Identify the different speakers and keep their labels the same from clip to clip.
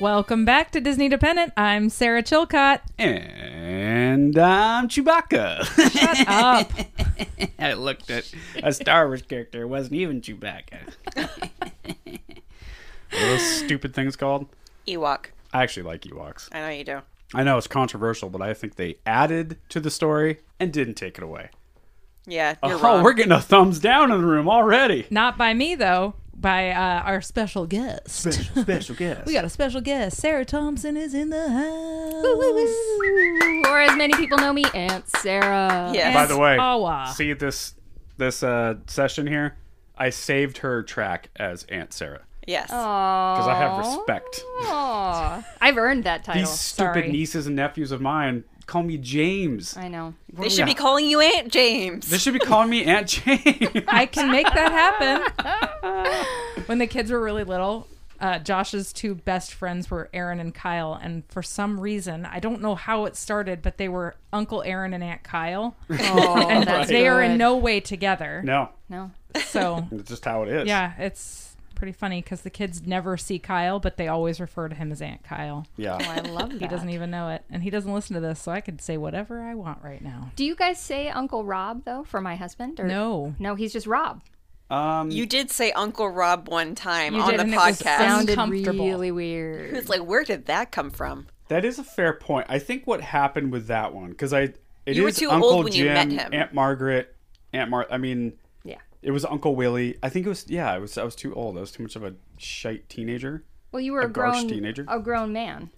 Speaker 1: Welcome back to Disney Dependent. I'm Sarah Chilcott.
Speaker 2: And I'm Chewbacca.
Speaker 1: Shut up.
Speaker 2: I looked at a Star Wars character. It wasn't even Chewbacca. what are those stupid things called?
Speaker 3: Ewok.
Speaker 2: I actually like Ewoks.
Speaker 3: I know you do.
Speaker 2: I know it's controversial, but I think they added to the story and didn't take it away.
Speaker 3: Yeah, you're
Speaker 2: oh,
Speaker 3: wrong.
Speaker 2: we're getting a thumbs down in the room already.
Speaker 1: Not by me, though, by uh, our special guest.
Speaker 2: Special, special guest.
Speaker 1: We got a special guest. Sarah Thompson is in the house.
Speaker 4: Ooh, or as many people know me, Aunt Sarah.
Speaker 3: Yes.
Speaker 2: By the way,
Speaker 1: Awa.
Speaker 2: see this this uh, session here. I saved her track as Aunt Sarah
Speaker 3: yes.
Speaker 4: Because
Speaker 2: because I have respect.
Speaker 4: I've earned that title.
Speaker 2: These stupid
Speaker 1: sorry.
Speaker 2: nieces and nephews of mine call me James.
Speaker 4: I know.
Speaker 3: they should be calling you Aunt James.
Speaker 2: They should be calling me Aunt James.
Speaker 1: I can make that happen. when the kids were really little, uh, Josh's two best friends were Aaron and Kyle, and for some reason, I don't know how it started, but they were Uncle Aaron and Aunt Kyle.
Speaker 4: Oh,
Speaker 1: and
Speaker 4: that's
Speaker 1: they are in
Speaker 4: good.
Speaker 1: no way together.
Speaker 2: no,
Speaker 4: No.
Speaker 1: So
Speaker 2: it's just how it is.
Speaker 1: yeah, it's pretty funny because the kids never see Kyle, but they always refer to him as Aunt Kyle.
Speaker 2: Yeah.
Speaker 4: I love that.
Speaker 1: He doesn't even know it, and he doesn't listen to this, so I could say whatever I want right now.
Speaker 4: Do you guys say Uncle Rob though for my husband? Or...
Speaker 1: No.
Speaker 4: No, he's just Rob.
Speaker 2: Um,
Speaker 3: you did say Uncle Rob one time
Speaker 1: You
Speaker 3: on
Speaker 1: did,
Speaker 3: the
Speaker 1: and it was
Speaker 3: podcast.
Speaker 1: sound-
Speaker 4: Sounded
Speaker 1: Uncomfortable.
Speaker 4: really
Speaker 3: It
Speaker 4: weird.
Speaker 3: was like, where did that come from?
Speaker 2: that is a fair point. I think what happened with that one because I it
Speaker 3: You were
Speaker 2: is
Speaker 3: too
Speaker 2: Uncle
Speaker 3: old when you
Speaker 2: Jim,
Speaker 3: met him.
Speaker 2: Aunt Margaret, Aunt Mar. I mean,
Speaker 4: Yeah.
Speaker 2: it was Uncle Willie. I think it was yeah. I was I was too old. I was too much of a shite teenager.
Speaker 4: Well, you were a,
Speaker 2: garsh
Speaker 4: grown
Speaker 2: teenager?
Speaker 4: a grown man.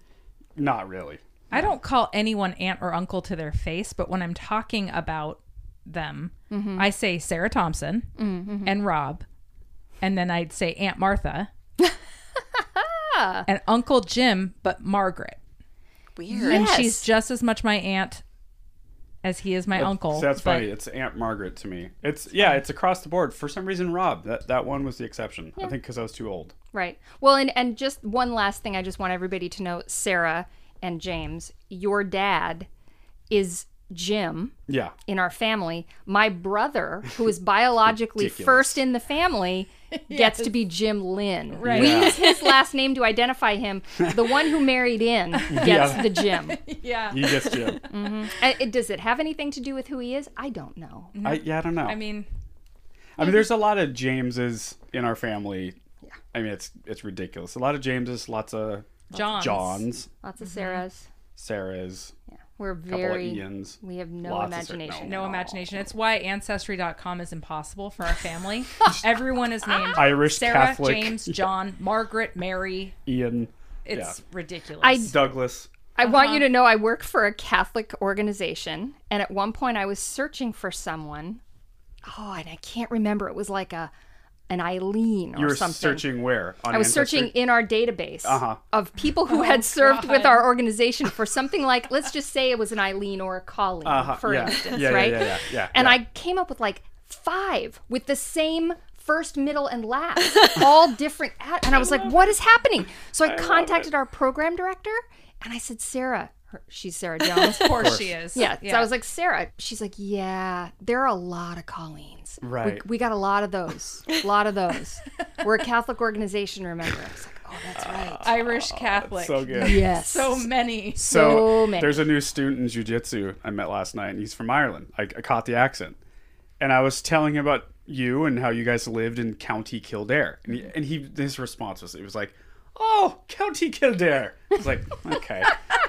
Speaker 2: Not really.
Speaker 1: I don't call anyone aunt or uncle to their face, but when I'm talking about them, I say Sarah Thompson and Rob, and then I'd say Aunt Martha and Uncle Jim, but Margaret.
Speaker 3: Weird.
Speaker 1: And she's just as much my aunt as he is my uncle.
Speaker 2: So that's
Speaker 1: but-
Speaker 2: funny. It's Aunt Margaret to me. It's yeah. It's across the board. For some reason, Rob. That that one was the exception. I think because I was too old.
Speaker 4: Right. Well, and and just one last thing I just want everybody to know, Sarah and James, your dad is Jim.
Speaker 2: Yeah.
Speaker 4: in our family, my brother, who is biologically
Speaker 2: Ridiculous.
Speaker 4: first in the family, gets to be Jim Lynn.
Speaker 1: Right.
Speaker 4: We
Speaker 2: Yeah.
Speaker 4: use his last name to identify him. The one who married in gets
Speaker 2: Yeah.
Speaker 4: the Jim.
Speaker 1: Yeah.
Speaker 2: You guessed Jim.
Speaker 4: And it- does it have anything to do with who he is? I don't know.
Speaker 2: I, yeah. I don't know.
Speaker 1: I mean,
Speaker 2: I mean, there's a lot of Jameses in our family. I mean, it's it's ridiculous. A lot of Jameses, lots of
Speaker 1: John's.
Speaker 2: Johns,
Speaker 4: Lots
Speaker 1: Mm-hmm.
Speaker 4: of Sarahs.
Speaker 2: Sarahs,
Speaker 4: Yeah. We're
Speaker 2: couple of
Speaker 4: very.
Speaker 2: Ians.
Speaker 4: We have no
Speaker 2: Lots of Sarah-
Speaker 4: imagination.
Speaker 1: No
Speaker 4: at all.
Speaker 1: imagination. It's why Ancestry.com is impossible for our family. Everyone is named
Speaker 2: Irish
Speaker 1: Sarah,
Speaker 2: Catholic.
Speaker 1: James, John, Margaret, Mary.
Speaker 2: Ian,
Speaker 1: It's
Speaker 2: Yeah.
Speaker 1: ridiculous.
Speaker 4: I
Speaker 2: Douglas.
Speaker 4: I want you
Speaker 1: Uh-huh.
Speaker 4: to know I work for a Catholic organization, and at one point I was searching for someone. Oh, and I can't remember. It was like a an Eileen or
Speaker 2: You were
Speaker 4: something.
Speaker 2: searching where? On
Speaker 4: I was searching in our database
Speaker 2: Uh-huh.
Speaker 4: of people who had served with our organization for something like, let's just say it was an Eileen or a Colleen, for
Speaker 2: Uh-huh, yeah.
Speaker 4: instance,
Speaker 2: Yeah, yeah,
Speaker 4: right?
Speaker 2: yeah, yeah, yeah,
Speaker 4: and
Speaker 2: yeah.
Speaker 4: I came up with like five with the same first, middle, and last, all different. At- and I was like, what is happening? So I, contacted our program director and I said, Sarah, her, she's Sarah Jones.
Speaker 1: of course she is.
Speaker 4: Yeah. So I was like, Sarah. She's like, yeah, there are a lot of Colleens. We-
Speaker 2: Right.
Speaker 4: We, got a lot of those. A lot of those. We're a Catholic organization, remember? I was like, oh, that's right.
Speaker 1: Irish Catholic.
Speaker 2: So good.
Speaker 4: Yes.
Speaker 1: So many.
Speaker 2: So
Speaker 4: So many.
Speaker 2: there's a new student in jujitsu I met last night, and he's from Ireland. I, I caught the accent, and I was telling him about you and how you guys lived in County Kildare, and he, and he his response was it was like, "Oh, County Kildare." I was like, "Okay."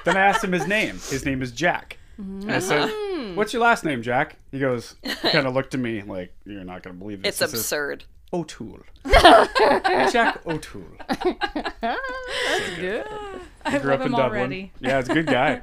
Speaker 2: then I asked him his name. His name is Jack, and I said,
Speaker 3: Uh-huh.
Speaker 1: Hmm.
Speaker 2: "What's your last name, Jack?" He goes, kind of looked at me like, "You're not gonna believe this."
Speaker 3: it's
Speaker 2: He says,
Speaker 3: absurd.
Speaker 2: O'Toole. Jack O'Toole.
Speaker 1: I
Speaker 2: Grew
Speaker 1: love
Speaker 2: up in
Speaker 1: him
Speaker 2: Dublin.
Speaker 1: already.
Speaker 2: Yeah, it's a good guy.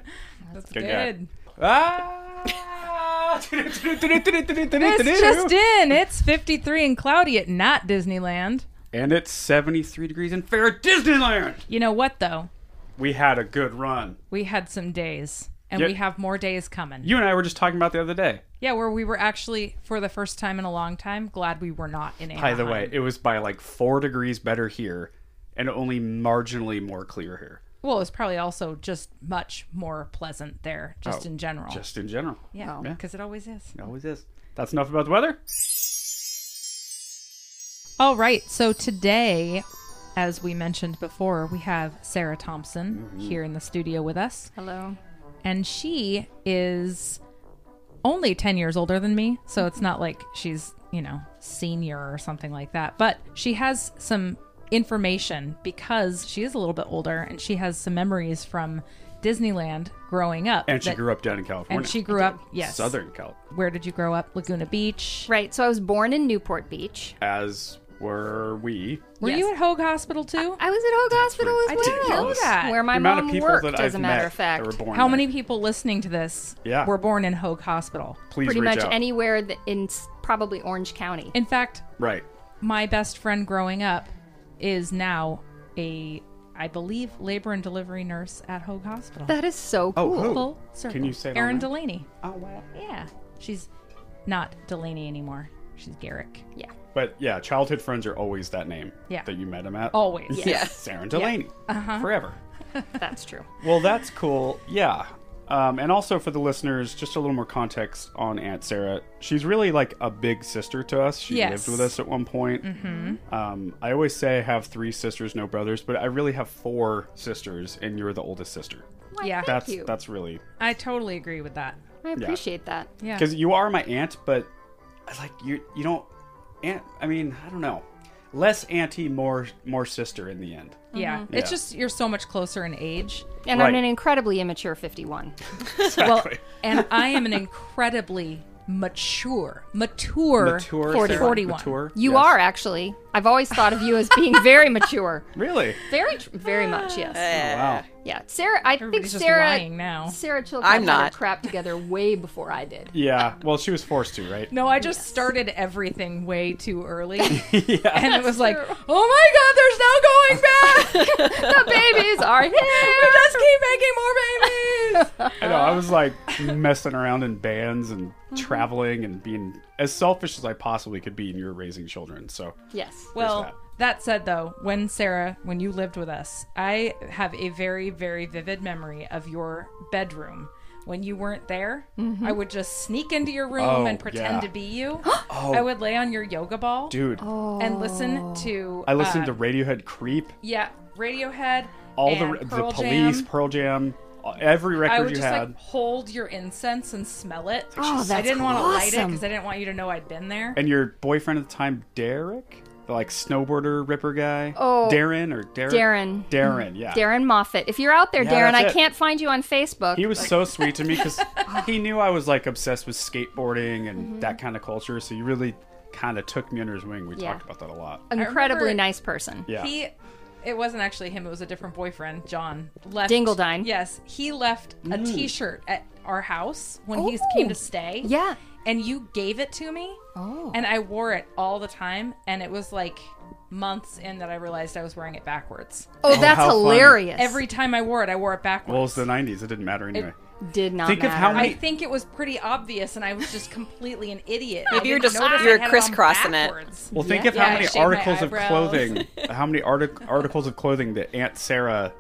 Speaker 1: That's
Speaker 2: good
Speaker 1: good.
Speaker 2: guy. Ah!
Speaker 1: It's just in. It's 53 and cloudy at not Disneyland.
Speaker 2: and it's 73 degrees in fair Disneyland.
Speaker 1: You know what though?
Speaker 2: We had a good run.
Speaker 1: We had some days, and
Speaker 2: Yeah.
Speaker 1: we have more days coming.
Speaker 2: You and I were just talking about the other day.
Speaker 1: yeah, where we were actually for the first time in a long time glad we were not in
Speaker 2: By
Speaker 1: Anaheim.
Speaker 2: the way, it was by like four degrees better here, and only marginally more clear here,
Speaker 1: well, it's probably also just much more pleasant there, just
Speaker 2: Oh,
Speaker 1: in general.
Speaker 2: just in general.
Speaker 1: yeah, because it always is.
Speaker 2: It always is. That's enough about the weather.
Speaker 1: All right, so today as we mentioned before, we have Sarah Thompson
Speaker 2: Mm-hmm.
Speaker 1: here in the studio with us.
Speaker 4: Hello.
Speaker 1: and she is only 10 years older than me so it's not like she's you know senior or something like that but she has some information because she is a little bit older and she has some memories from disneyland growing up
Speaker 2: And she
Speaker 1: that-
Speaker 2: grew up down in California.
Speaker 1: and she grew up yes
Speaker 2: Southern California.
Speaker 1: where did you grow up laguna beach
Speaker 4: Right. So I was born in Newport Beach.
Speaker 2: As were we.
Speaker 1: were
Speaker 4: Yes.
Speaker 1: you at hogue hospital too
Speaker 4: I was at Hogue Hospital as
Speaker 1: I didn't
Speaker 4: well.
Speaker 1: know that.
Speaker 4: Where my
Speaker 2: the amount
Speaker 4: mom
Speaker 2: of people
Speaker 4: worked,
Speaker 2: that
Speaker 4: as
Speaker 2: I've
Speaker 4: a matter
Speaker 2: met
Speaker 4: of fact.
Speaker 2: that were born
Speaker 1: how
Speaker 2: there.
Speaker 1: many people listening to this
Speaker 2: Yeah.
Speaker 1: were born in hogue hospital
Speaker 2: Please
Speaker 4: pretty
Speaker 2: reach
Speaker 4: much
Speaker 2: out.
Speaker 4: anywhere that in s- probably Orange County.
Speaker 1: in fact
Speaker 2: Right.
Speaker 1: my best friend growing up is now a I believe labor and delivery nurse at Hogue Hospital.
Speaker 4: That is so cool.
Speaker 2: Oh, who?
Speaker 1: Full circle.
Speaker 2: Can you say it
Speaker 1: Erin
Speaker 2: on there?
Speaker 1: Delaney?
Speaker 2: Oh wow.
Speaker 1: Yeah, she's not Delaney anymore. She's Garrick.
Speaker 4: Yeah.
Speaker 2: But yeah, childhood friends are always that name
Speaker 1: Yeah.
Speaker 2: that you met him at.
Speaker 1: Always. Yeah.
Speaker 2: Sarah Delaney. Forever.
Speaker 4: That's true.
Speaker 2: Well, that's cool. Yeah. Um, and also for the listeners, just a little more context on Aunt Sarah. She's really like a big sister to us. She
Speaker 1: Yes.
Speaker 2: lived with us at one point. Mm-hmm. Um, I always say I have three sisters, no brothers, but I really have four sisters, and you're the oldest sister.
Speaker 4: Why,
Speaker 1: Yeah.
Speaker 4: thank
Speaker 2: That's
Speaker 4: you.
Speaker 2: that's really
Speaker 1: I totally agree with that.
Speaker 4: I appreciate that.
Speaker 1: Yeah.
Speaker 2: because you are my aunt, but I like you. You don't aunt. I mean, I don't know. Less auntie, more more sister in the end.
Speaker 1: Yeah. It's
Speaker 4: Mm-hmm.
Speaker 2: Yeah.
Speaker 1: just you're so much closer in age.
Speaker 4: And I'm
Speaker 2: Right.
Speaker 4: an incredibly immature 51.
Speaker 1: Well, and I am an incredibly mature, mature,
Speaker 2: Mature,
Speaker 1: 40,
Speaker 2: Sarah?
Speaker 1: 41.
Speaker 2: Mature?
Speaker 4: You
Speaker 2: Yes.
Speaker 4: are actually. I've always thought of you as being very mature.
Speaker 2: really.
Speaker 4: Very, tr- very much. Yes.
Speaker 2: Wow.
Speaker 4: Yeah. Sarah. I
Speaker 1: Everybody's
Speaker 4: think
Speaker 1: just
Speaker 4: Sarah.
Speaker 1: lying now.
Speaker 4: Sarah Chilcott
Speaker 3: I'm
Speaker 4: had
Speaker 3: not.
Speaker 4: her crap together way before I did.
Speaker 2: Yeah. Well, she was forced to, right?
Speaker 1: No, I just started everything way too early.
Speaker 2: yeah.
Speaker 1: And it was like, oh my god, there's no going back.
Speaker 4: the babies are
Speaker 1: we
Speaker 4: here.
Speaker 1: just keep making more babies.
Speaker 2: I know. I was like messing around in bands and
Speaker 1: Mm-hmm.
Speaker 2: traveling and being as selfish as I possibly could be, and you were raising children. So
Speaker 4: Yes.
Speaker 1: Well,
Speaker 2: that.
Speaker 1: that. said though, when Sarah, when you lived with us, I have a very, very vivid memory of your bedroom. When you weren't there, I would just sneak into your room
Speaker 2: Oh,
Speaker 1: and pretend
Speaker 2: yeah.
Speaker 1: to be you. I would lay on your yoga ball
Speaker 2: dude,
Speaker 1: and listen to
Speaker 2: I listened
Speaker 1: uh,
Speaker 2: to Radiohead Creep,
Speaker 1: yeah, Radiohead,
Speaker 2: all
Speaker 1: and
Speaker 2: the
Speaker 1: Pearl
Speaker 2: the police,
Speaker 1: Jam.
Speaker 2: Pearl Jam, every record
Speaker 1: I would
Speaker 2: you
Speaker 1: just
Speaker 2: had.
Speaker 1: like hold your incense and smell it.
Speaker 4: Oh,
Speaker 1: I
Speaker 4: that's
Speaker 1: didn't want to light it
Speaker 4: awesome.
Speaker 1: because I didn't want you to know I'd been there.
Speaker 2: and your boyfriend at the time, Derek, the like snowboarder ripper guy.
Speaker 4: Oh.
Speaker 2: Darren or Derek?
Speaker 4: Darren.
Speaker 2: Darren, yeah.
Speaker 4: Darren Moffat. If you're out there,
Speaker 2: Yeah,
Speaker 4: Darren,
Speaker 2: that's
Speaker 4: I
Speaker 2: it.
Speaker 4: can't find you on Facebook.
Speaker 2: He was so sweet to me because he knew I was like obsessed with skateboarding and that kind of culture. So he really kind of took me under his wing. We
Speaker 4: Yeah.
Speaker 2: talked about that a lot.
Speaker 4: incredibly
Speaker 1: remember-
Speaker 4: nice person.
Speaker 2: Yeah.
Speaker 1: He, it wasn't actually him. It was a different boyfriend, John. Left
Speaker 4: Dingledine.
Speaker 1: Yes, he left a
Speaker 2: Mm.
Speaker 1: T-shirt at our house when he came to stay.
Speaker 4: Oh. Yeah.
Speaker 1: and you gave it to me.
Speaker 4: Oh.
Speaker 1: and I wore it all the time, and it was like months in that I realized I was wearing it backwards.
Speaker 4: Oh, that's
Speaker 2: how funny.
Speaker 4: hilarious.
Speaker 1: Every time I wore it, I wore it backwards.
Speaker 2: Well, it was the 90s. It didn't matter anyway.
Speaker 4: did not
Speaker 2: Think of
Speaker 4: matter.
Speaker 2: how
Speaker 1: I
Speaker 2: many-
Speaker 1: think it was pretty obvious, and I was just completely an idiot. I
Speaker 3: Maybe you're
Speaker 1: didn't
Speaker 3: just-
Speaker 1: notice I
Speaker 3: you're
Speaker 1: had it on
Speaker 3: crisscrossing it.
Speaker 1: backwards.
Speaker 2: Well, think
Speaker 4: Yeah.
Speaker 2: of
Speaker 1: Yeah,
Speaker 2: how
Speaker 1: I
Speaker 2: many
Speaker 1: shaved my
Speaker 2: articles of
Speaker 1: eyebrows.
Speaker 2: clothing, how many artic- articles of clothing that Aunt Sarah,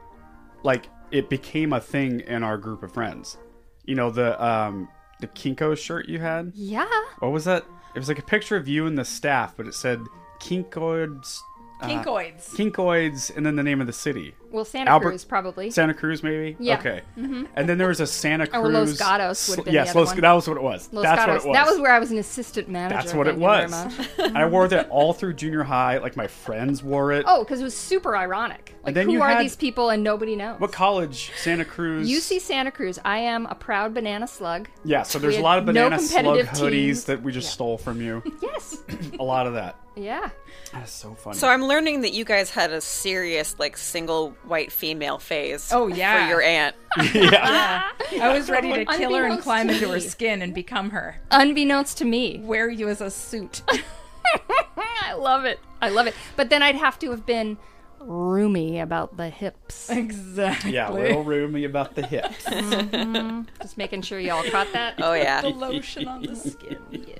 Speaker 2: like, it became a thing in our group of friends. You know the um the Kinko shirt you had.
Speaker 4: yeah.
Speaker 2: What was that? It was like a picture of you and the staff, but it said Kinkoids,
Speaker 1: Uh, Kinkoids.
Speaker 2: Kinkoids, and then the name of the city.
Speaker 4: Well, Santa
Speaker 2: Albert-
Speaker 4: Cruz probably.
Speaker 2: Santa Cruz, maybe.
Speaker 4: Yeah.
Speaker 2: Okay. And then there was a Santa Cruz.
Speaker 4: Or Los Gatos would've been the
Speaker 2: yes,
Speaker 4: other
Speaker 2: Los,
Speaker 4: one.
Speaker 2: that was what it was.
Speaker 4: Los
Speaker 2: That's
Speaker 4: Gatos.
Speaker 2: what it was.
Speaker 4: That was where I was an assistant manager.
Speaker 2: That's what it
Speaker 4: thank you very
Speaker 2: was.
Speaker 4: much.
Speaker 2: And I wore that all through junior high. Like my friends wore it.
Speaker 4: Oh, because it was super ironic. Like,
Speaker 2: then
Speaker 4: who
Speaker 2: you
Speaker 4: are
Speaker 2: had-
Speaker 4: these people and nobody knows?
Speaker 2: What college? Santa Cruz.
Speaker 4: UC Santa Cruz. I am a proud banana slug.
Speaker 2: Yeah. So there's
Speaker 4: We
Speaker 2: a
Speaker 4: had
Speaker 2: lot of
Speaker 4: no
Speaker 2: banana slug
Speaker 4: competitive
Speaker 2: hoodies
Speaker 4: teams.
Speaker 2: that we just stole from you.
Speaker 4: Yes.
Speaker 2: a lot of that.
Speaker 4: yeah.
Speaker 2: That's so funny.
Speaker 3: So I'm learning that you guys had a serious, like, single white female phase.
Speaker 1: Oh, yeah.
Speaker 3: For your aunt.
Speaker 1: I was ready to kill her and
Speaker 4: Unbeknownst
Speaker 1: climb
Speaker 4: to
Speaker 1: into her
Speaker 4: me.
Speaker 1: skin and become her.
Speaker 4: Unbeknownst to me.
Speaker 1: Wear you as a suit.
Speaker 4: I love it. I love it. But then I'd have to have been roomy about the hips.
Speaker 1: exactly.
Speaker 2: yeah, little roomy about the hips.
Speaker 4: Just making sure y'all caught that.
Speaker 3: Oh, yeah.
Speaker 1: the lotion on the skin.
Speaker 4: Yes.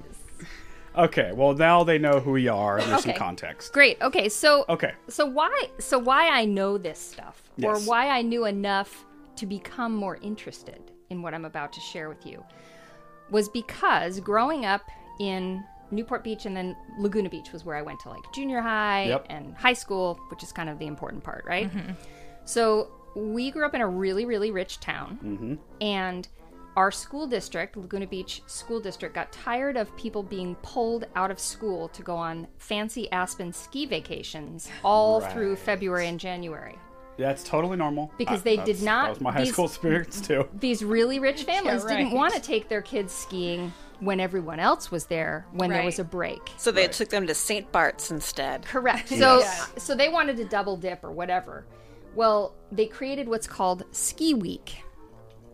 Speaker 2: okay, well now they know who we are and there's some
Speaker 4: Okay.
Speaker 2: context.
Speaker 4: Great. Okay. So
Speaker 2: Okay.
Speaker 4: So why so why I know this stuff
Speaker 2: Yes.
Speaker 4: or why I knew enough to become more interested in what I'm about to share with you was because growing up in Newport Beach and then Laguna Beach was where I went to like junior high
Speaker 2: Yep.
Speaker 4: and high school, which is kind of the important part, right? So we grew up in a really, really rich town. And our school district, Laguna Beach School District, got tired of people being pulled out of school to go on fancy Aspen ski vacations all through
Speaker 2: Right.
Speaker 4: February and January.
Speaker 2: That's totally normal.
Speaker 4: Because
Speaker 2: I-
Speaker 4: they
Speaker 2: that's-
Speaker 4: did not-
Speaker 2: That was my high
Speaker 4: these-
Speaker 2: school experience too.
Speaker 4: These really rich families didn't
Speaker 1: right.
Speaker 4: want to take their kids skiing when everyone else was there when there was
Speaker 1: Right.
Speaker 4: a break.
Speaker 3: So they took them to St. Bart's instead.
Speaker 4: Correct. So so they wanted to double dip or whatever. Well, they created what's called Ski Week.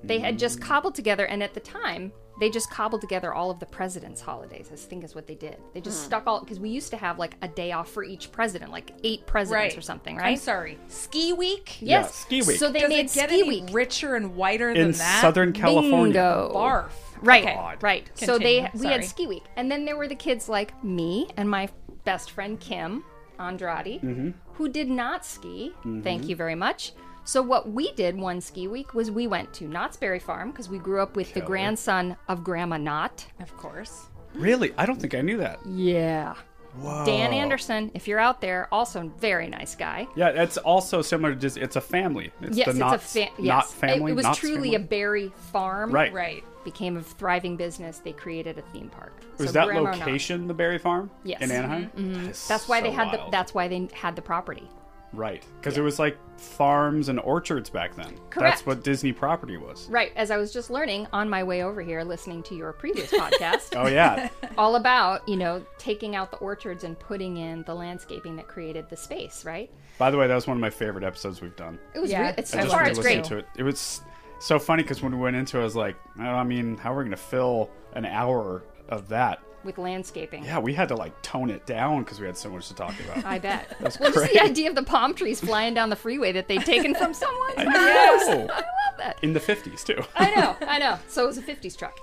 Speaker 4: They had
Speaker 1: Mm.
Speaker 4: just cobbled together and at the time, they just cobbled together all of the president's holidays. I think is what they did. They just
Speaker 1: Hmm.
Speaker 4: stuck all because we used to have like a day off for each president, like eight presidents or something, right?
Speaker 1: I'm sorry. Ski week?
Speaker 4: Yes.
Speaker 2: Yeah, Ski Week.
Speaker 4: So they
Speaker 1: Does
Speaker 4: made
Speaker 1: it get
Speaker 4: Ski
Speaker 1: any
Speaker 4: Week.
Speaker 1: richer and whiter
Speaker 2: In
Speaker 1: than that?
Speaker 2: Southern California.
Speaker 4: Bingo.
Speaker 1: barf.
Speaker 4: Right,
Speaker 1: Okay.
Speaker 4: right. So they
Speaker 1: Continue.
Speaker 4: we had
Speaker 1: Sorry.
Speaker 4: ski week, and then there were the kids like me and my best friend Kim Andrade,
Speaker 2: Mm-hmm.
Speaker 4: who did not ski. Thank you very much. So what we did one ski week was we went to Knott's Berry Farm because we grew up with the grandson of Grandma Knott.
Speaker 1: Of course.
Speaker 2: Really? I don't think I knew that.
Speaker 4: Yeah,
Speaker 2: Wow.
Speaker 4: Dan Anderson, if you're out there, also a very nice guy.
Speaker 2: Yeah, it's also similar to Dis- it's a family. It's
Speaker 4: Yes,
Speaker 2: the
Speaker 4: it's
Speaker 2: not,
Speaker 4: a fa- yes.
Speaker 2: not family.
Speaker 4: It, it was
Speaker 2: Knott's
Speaker 4: truly
Speaker 2: family.
Speaker 4: a berry farm.
Speaker 2: right.
Speaker 1: Right.
Speaker 4: Became a thriving business. They created a theme park.
Speaker 2: Was
Speaker 4: So
Speaker 2: that
Speaker 4: Grandma Knott.
Speaker 2: location the Berry Farm?
Speaker 4: Yes. Mm-hmm,
Speaker 2: In Anaheim. That is
Speaker 4: That's why they
Speaker 2: so
Speaker 4: had the.
Speaker 2: wild.
Speaker 4: That's why they had the property.
Speaker 2: right because it was like farms and orchards back then.
Speaker 4: Correct.
Speaker 2: That's what Disney property was.
Speaker 4: Right. As I was just learning on my way over here, listening to your previous podcast,
Speaker 2: Oh yeah.
Speaker 4: all about you know taking out the orchards and putting in the landscaping that created the space. Right.
Speaker 2: By the way, that was one of my favorite episodes we've done.
Speaker 4: It was.
Speaker 1: Yeah.
Speaker 4: Really, it's
Speaker 1: I
Speaker 4: so
Speaker 1: just
Speaker 4: far.
Speaker 1: wanted
Speaker 4: It's
Speaker 1: to
Speaker 4: great.
Speaker 1: listen
Speaker 2: to it. It was so funny because when we went into it, I was like, I don't- I mean, how are we going to fill an hour of that?
Speaker 4: with landscaping.
Speaker 2: Yeah, we had to like tone it down because we had so much to talk about.
Speaker 4: I bet. well, just the
Speaker 2: great.
Speaker 4: idea of the palm trees flying down the freeway that they'd taken from someone.
Speaker 2: know.
Speaker 4: I love that.
Speaker 2: In the 50s, too.
Speaker 4: I know, I know. So it was a 50s truck.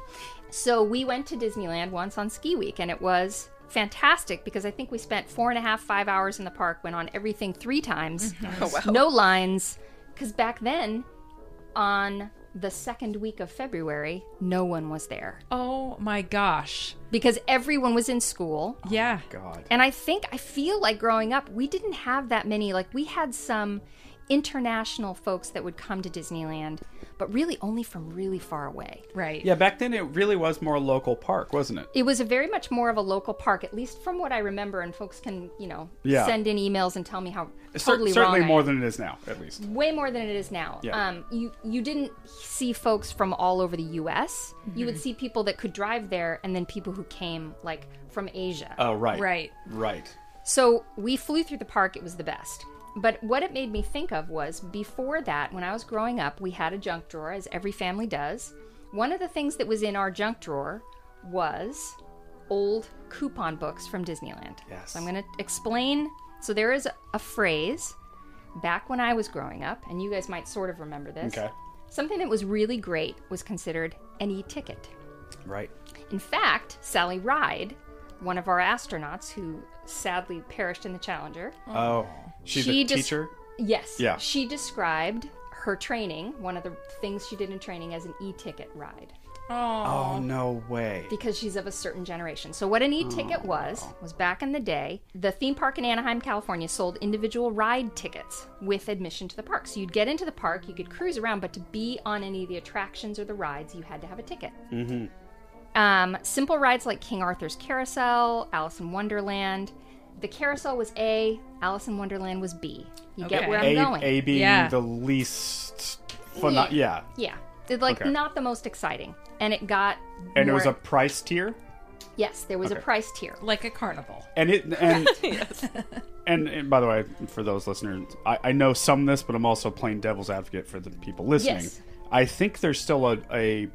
Speaker 4: So we went to Disneyland once on ski week, and it was fantastic because I think we spent four and a half, five hours in the park, went on everything three times. No lines. Because back then, on the second week of February, no one was there
Speaker 1: Oh my gosh.
Speaker 4: because everyone was in school.
Speaker 1: Yeah.
Speaker 2: Oh God.
Speaker 4: And I think, I feel like growing up, we didn't have that many. Like, we had some international folks that would come to Disneyland, but really only from really far away.
Speaker 1: Right.
Speaker 2: Yeah, back then it really was more a local park, wasn't it?
Speaker 4: it was a very much more of a local park, at least from what I remember. And folks can, you know,
Speaker 2: Yeah.
Speaker 4: send in emails and tell me how
Speaker 2: Cer-
Speaker 4: totally
Speaker 2: certainly
Speaker 4: wrong
Speaker 2: more
Speaker 4: I Mm-hmm. am.
Speaker 2: than it is now, at least.
Speaker 4: way more than it is now.
Speaker 2: Yeah.
Speaker 4: Um, you you didn't see folks from all over the U.S. You would see people that could drive there, and then people who came like from Asia.
Speaker 2: Oh, right.
Speaker 1: Right.
Speaker 2: Right.
Speaker 4: So we flew through the park. It was the best. But what it made me think of was before that, when I was growing up, we had a junk drawer, as every family does. One of the things that was in our junk drawer was old coupon books from Disneyland.
Speaker 2: Yes.
Speaker 4: So I'm going to explain. So there is a phrase back when I was growing up, and you guys might sort of remember this.
Speaker 2: Okay.
Speaker 4: Something that was really great was considered an e ticket.
Speaker 2: Right.
Speaker 4: In fact, Sally Ride, one of our astronauts who sadly perished in the Challenger,
Speaker 2: Oh. She's
Speaker 4: She
Speaker 2: a
Speaker 4: just-
Speaker 2: teacher?
Speaker 4: yes,
Speaker 2: Yeah.
Speaker 4: she described her training, one of the things she did in training, as an e ticket ride
Speaker 1: Oh.
Speaker 2: Oh, no way.
Speaker 4: because she's of a certain generation. So, what an e ticket
Speaker 2: Oh,
Speaker 4: was, was back in the day, the theme park in Anaheim, California sold individual ride tickets with admission to the park. So, you'd get into the park, you could cruise around, but to be on any of the attractions or the rides, you had to have a ticket.
Speaker 2: Mm-hmm.
Speaker 4: Um, simple rides like King Arthur's Carousel, Alice in Wonderland. The carousel was A, Alice in Wonderland was B. You get
Speaker 1: Okay.
Speaker 4: where I'm
Speaker 2: A,
Speaker 4: going.
Speaker 2: A being
Speaker 1: Yeah.
Speaker 2: the least. Pheno- yeah.
Speaker 4: Yeah. It's like
Speaker 2: Okay.
Speaker 4: not the most exciting. And it got
Speaker 2: And it
Speaker 4: more-
Speaker 2: was a price tier?
Speaker 4: Yes, there was a
Speaker 2: Okay.
Speaker 4: price tier.
Speaker 1: Like a carnival.
Speaker 2: And it and and, and by the way, for those listeners, I, I know some of this, but I'm also playing devil's advocate for the people listening.
Speaker 4: Yes.
Speaker 2: I think there's still a, a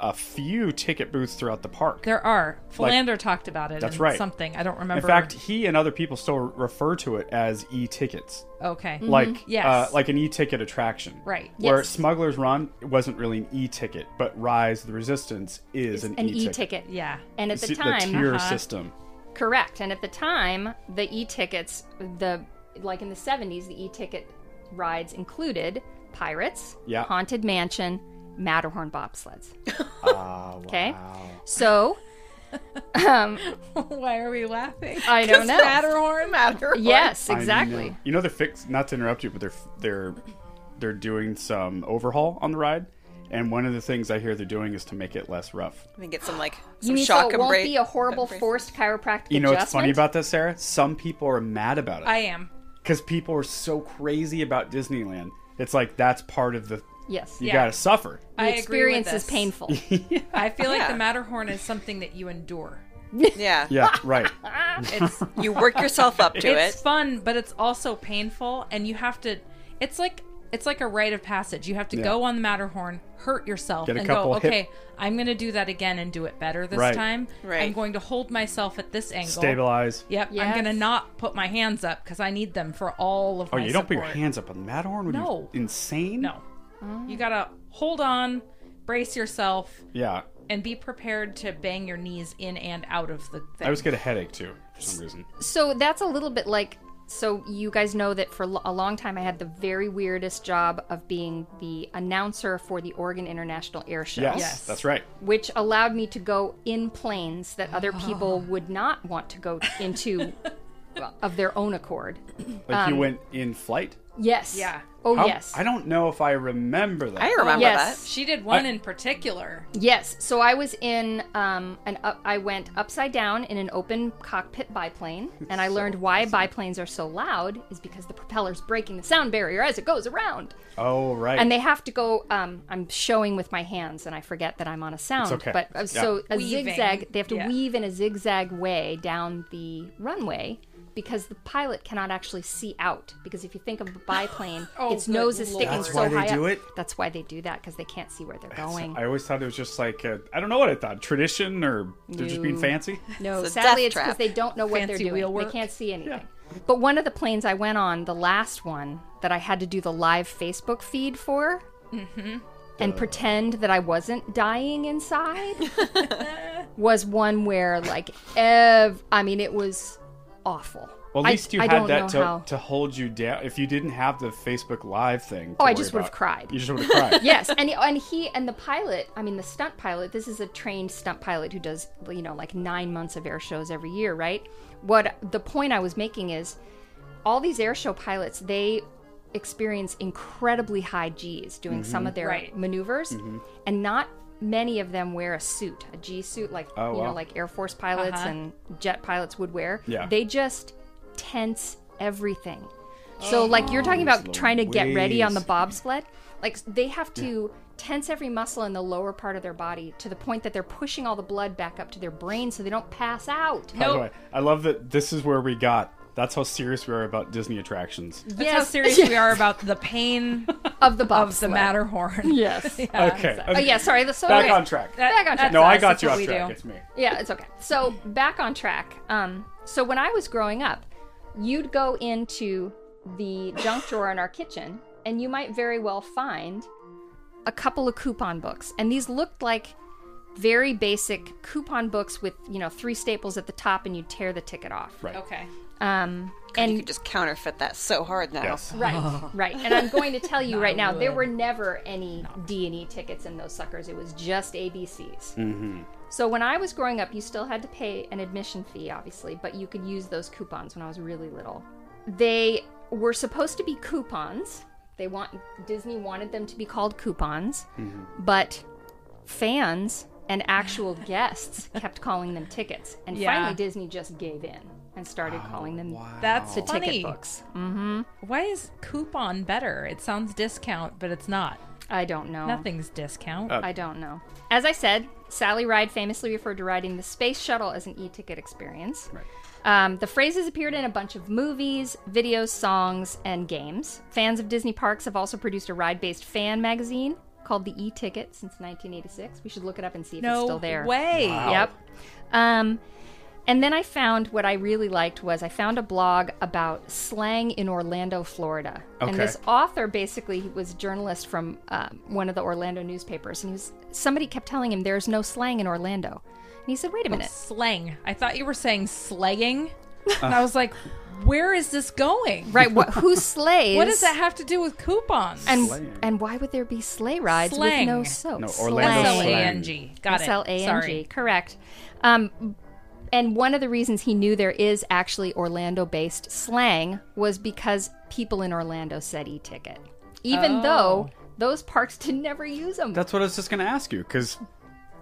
Speaker 2: a few ticket booths throughout the park.
Speaker 1: There are. Philander talked about it.
Speaker 2: That's
Speaker 1: in
Speaker 2: right.
Speaker 1: Something I don't
Speaker 2: In
Speaker 1: remember.
Speaker 2: fact, he and other people still refer to it as e-tickets,
Speaker 1: okay.
Speaker 2: like
Speaker 1: Mm-hmm. Yes.
Speaker 2: uh, like an e-ticket attraction.
Speaker 1: Right.
Speaker 2: Where
Speaker 4: Yes.
Speaker 2: Smuggler's Run wasn't really an e-ticket, but Rise of the Resistance is an,
Speaker 4: an
Speaker 2: e-ticket.
Speaker 4: e-ticket.
Speaker 1: yeah.
Speaker 4: And at
Speaker 2: It's
Speaker 4: the time, uh-huh.
Speaker 2: tier system.
Speaker 4: correct. And at the time, the e-tickets, the like in the 70s, the e-ticket rides included Pirates,
Speaker 2: Yeah.
Speaker 4: Haunted Mansion, Matterhorn bobsleds.
Speaker 2: Ah,
Speaker 4: Okay.
Speaker 2: wow.
Speaker 4: So, Um,
Speaker 1: Why are we laughing?
Speaker 4: I don't know.
Speaker 1: Matterhorn.
Speaker 3: Matterhorn.
Speaker 4: Yes,
Speaker 2: I know.
Speaker 4: exactly.
Speaker 2: You know they're fixed. Not to interrupt you, but they're they're they're doing some overhaul on the ride, and one of the things I hear they're doing is to make it less rough.
Speaker 3: Let me get some like
Speaker 4: You
Speaker 3: some
Speaker 4: mean
Speaker 3: shock
Speaker 4: so it
Speaker 3: and
Speaker 4: won't
Speaker 3: break.
Speaker 4: be a horrible
Speaker 3: embrace.
Speaker 4: forced chiropractic
Speaker 2: You know what's
Speaker 4: adjustment?
Speaker 2: funny about that, Sarah? Some people are mad about it.
Speaker 1: I am.
Speaker 2: because people are so crazy about Disneyland. It's like that's part of the
Speaker 4: yes,
Speaker 2: you
Speaker 1: Yeah.
Speaker 2: gotta suffer.
Speaker 1: I
Speaker 4: the
Speaker 1: agree
Speaker 4: experience
Speaker 1: with
Speaker 4: is
Speaker 1: this.
Speaker 4: painful.
Speaker 1: I feel like
Speaker 3: Yeah.
Speaker 1: the Matterhorn is something that you endure.
Speaker 3: Yeah.
Speaker 2: Yeah, right.
Speaker 1: It's
Speaker 3: You work yourself up to
Speaker 1: it's
Speaker 3: it.
Speaker 1: fun, but it's also painful, and you have to. It's like it's like a rite of passage. You have to
Speaker 2: Yeah.
Speaker 1: go on the Matterhorn, hurt yourself,
Speaker 2: Get a
Speaker 1: and
Speaker 2: couple
Speaker 1: go.
Speaker 2: hip-
Speaker 1: Okay, I'm going to do that again and do it better this
Speaker 2: Right.
Speaker 1: time.
Speaker 3: Right.
Speaker 1: I'm going to hold myself at this angle.
Speaker 2: Stabilize.
Speaker 1: Yep. I'm
Speaker 4: Yes.
Speaker 1: going to not put my hands up because I need them for all of
Speaker 2: Oh,
Speaker 1: my.
Speaker 2: you don't put your
Speaker 1: support.
Speaker 2: hands up on the Matterhorn? What are you,
Speaker 1: No.
Speaker 2: insane.
Speaker 1: No, you got to hold on, brace yourself,
Speaker 2: Yeah,
Speaker 1: and be prepared to bang your knees in and out of the thing.
Speaker 2: I always get a headache too for some reason.
Speaker 4: so that's a little bit like so you guys know that for lo- a long time I had the very weirdest job of being the announcer for the Oregon International Air Show.
Speaker 2: Yes,
Speaker 1: Yes.
Speaker 2: that's right.
Speaker 4: which allowed me to go in planes that other people would not want to go into of their own accord.
Speaker 2: Like
Speaker 1: Um,
Speaker 2: you went in flight.
Speaker 4: Yes.
Speaker 1: Yeah.
Speaker 4: Oh
Speaker 2: How-
Speaker 4: yes.
Speaker 2: I don't know if I remember that.
Speaker 3: I remember
Speaker 4: Yes.
Speaker 3: that.
Speaker 1: she did one
Speaker 2: I-
Speaker 1: in particular.
Speaker 4: Yes. So I was in um an up, I went upside down in an open cockpit biplane and I learned why biplanes are so loud is because the propeller's breaking the sound barrier as it goes around.
Speaker 2: oh, right.
Speaker 4: And they have to go um I'm showing with my hands and I forget that I'm on a sound
Speaker 2: okay.
Speaker 4: but uh, so a
Speaker 1: Weaving.
Speaker 4: zigzag they have to
Speaker 1: Yeah.
Speaker 4: weave in a zigzag way down the runway. Because the pilot cannot actually see out. Because if you think of a biplane,
Speaker 1: Oh,
Speaker 4: its
Speaker 1: good
Speaker 4: nose is sticking
Speaker 1: Lord.
Speaker 2: That's
Speaker 4: so
Speaker 2: why they
Speaker 4: high
Speaker 2: do
Speaker 4: up.
Speaker 2: it?
Speaker 4: That's why they do that because they can't see where they're
Speaker 2: So
Speaker 4: going.
Speaker 2: I always thought it was just like I I don't know what I thought tradition or they're just being
Speaker 4: No.
Speaker 2: fancy.
Speaker 4: No,
Speaker 3: It's a
Speaker 4: sadly,
Speaker 3: death
Speaker 4: it's because
Speaker 3: trap.
Speaker 4: they don't know what they're
Speaker 1: Fancy
Speaker 4: doing.
Speaker 1: wheel
Speaker 4: They
Speaker 1: work.
Speaker 4: can't see anything. But one of the planes I went on, the last one that I had to do the live Facebook feed for,
Speaker 3: Mm-hmm.
Speaker 4: and pretend that I wasn't dying inside, was one where like, ev- I mean, it was awful.
Speaker 2: Well,
Speaker 4: I-
Speaker 2: at least you
Speaker 4: I
Speaker 2: had
Speaker 4: don't know
Speaker 2: that
Speaker 4: how-
Speaker 2: to, to hold you down. If you didn't have the Facebook Live thing, to
Speaker 4: Oh, I
Speaker 2: worry
Speaker 4: just would've
Speaker 2: about,
Speaker 4: cried.
Speaker 2: You just would have cried.
Speaker 4: yes, and and he and the pilot, I mean the stunt pilot. This is a trained stunt pilot who does you know like nine months of air shows every year, right? What the point I was making is, all these air show pilots they experience incredibly high G's doing
Speaker 2: Mm-hmm.
Speaker 4: some of their
Speaker 1: Right.
Speaker 4: maneuvers, and not many of them wear a suit, a G suit like
Speaker 2: Oh,
Speaker 4: you know
Speaker 2: wow.
Speaker 4: like Air Force pilots
Speaker 1: Uh-huh.
Speaker 4: and jet pilots would wear.
Speaker 2: Yeah.
Speaker 4: they just tense everything.
Speaker 1: Oh,
Speaker 4: So, like, you're talking about trying to get ready on the
Speaker 2: Louise.
Speaker 4: bobsled. Like, they have to tense every muscle in the lower part of their body to the point that they're pushing all the blood back up to their brain so they don't pass out.
Speaker 2: By the
Speaker 1: Nope.
Speaker 2: way, I love that this is where we got. That's how serious we are about Disney attractions.
Speaker 1: That's how serious we are about the pain
Speaker 4: of the
Speaker 1: of the
Speaker 4: bobsled.
Speaker 1: Matterhorn.
Speaker 4: Yes.
Speaker 2: okay.
Speaker 4: Oh, yeah, sorry. So,
Speaker 2: Back
Speaker 4: okay.
Speaker 2: on track.
Speaker 4: Back on track.
Speaker 2: no, I
Speaker 1: us,
Speaker 2: got
Speaker 1: that's
Speaker 2: you
Speaker 1: what
Speaker 2: off
Speaker 1: we
Speaker 2: track.
Speaker 1: do.
Speaker 2: It's me.
Speaker 4: Yeah, it's okay. So back on track. Um, so when I was growing up, you'd go into the junk drawer in our kitchen, and you might very well find a couple of coupon books, and these looked like very basic coupon books with you know three staples at the top, and you tear the ticket off.
Speaker 2: Right.
Speaker 1: Okay.
Speaker 4: Um,
Speaker 3: You
Speaker 4: and
Speaker 3: could just counterfeit that so hard now.
Speaker 2: Yes.
Speaker 4: Right, right. And I'm going to tell you right now, there were never any D and E tickets in those suckers. It was just ABCs. Mm-hmm. So when I was growing up, you still had to pay an admission fee, obviously, but you could use those coupons when I was really little. They were supposed to be coupons. They want Disney wanted them to be called coupons, but fans and actual guests kept calling them tickets. And
Speaker 1: Yeah.
Speaker 4: finally, Disney just gave in and started calling them
Speaker 1: That's
Speaker 4: the
Speaker 1: funny.
Speaker 4: ticket books.
Speaker 1: Why is coupon better? It sounds discount, but it's not.
Speaker 4: I don't know.
Speaker 1: Nothing's discount.
Speaker 2: Uh,
Speaker 4: I don't know. As I said, Sally Ride famously referred to riding the space shuttle as an e-ticket experience.
Speaker 2: Right.
Speaker 4: Um, the phrase has appeared in a bunch of movies, videos, songs, and games. Fans of Disney parks have also produced a ride-based fan magazine called the E-Ticket since 1986. We should look it up and see if
Speaker 1: no
Speaker 4: it's still there.
Speaker 1: way.
Speaker 4: Yep. Um, and then I found what I really liked was I found a blog about slang in Orlando, Florida. And
Speaker 2: Okay.
Speaker 4: this author basically he was a journalist from um, one of the Orlando newspapers, and he was somebody kept telling him there's no slang in Orlando, and he said, "Wait a minute,
Speaker 1: Slang. I thought you were saying slagging.
Speaker 2: Uh.
Speaker 1: and I was like, where is this going?
Speaker 4: Right. What, who slays?
Speaker 1: What does that have to do with coupons?
Speaker 4: And
Speaker 2: Slang.
Speaker 4: and why would there be sleigh rides with no
Speaker 1: Slang.
Speaker 4: soap?
Speaker 2: No, Orlando
Speaker 1: S L A
Speaker 2: slang.
Speaker 1: N G. Got it.
Speaker 4: S L A N G.
Speaker 1: Sorry.
Speaker 4: Correct. Um, and one of the reasons he knew there is actually Orlando based slang was because people in Orlando said e ticket. Even
Speaker 1: Oh.
Speaker 4: though those parks did never use them.
Speaker 2: That's what I was just gonna ask you because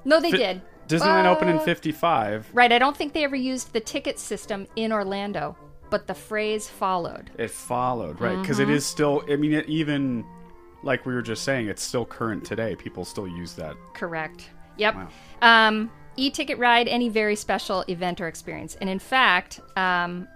Speaker 4: no, they did.
Speaker 2: Disneyland opened in
Speaker 4: But-
Speaker 2: '55.
Speaker 4: Right. I don't think they ever used the ticket system in Orlando, but the phrase followed.
Speaker 2: It followed right because
Speaker 4: Mm-hmm.
Speaker 2: is still. I mean, it even like we were just saying, it's still current today. People still use that.
Speaker 4: Correct. Yep.
Speaker 2: Wow.
Speaker 4: Um, e-ticket ride any very special event or experience. And in fact, um,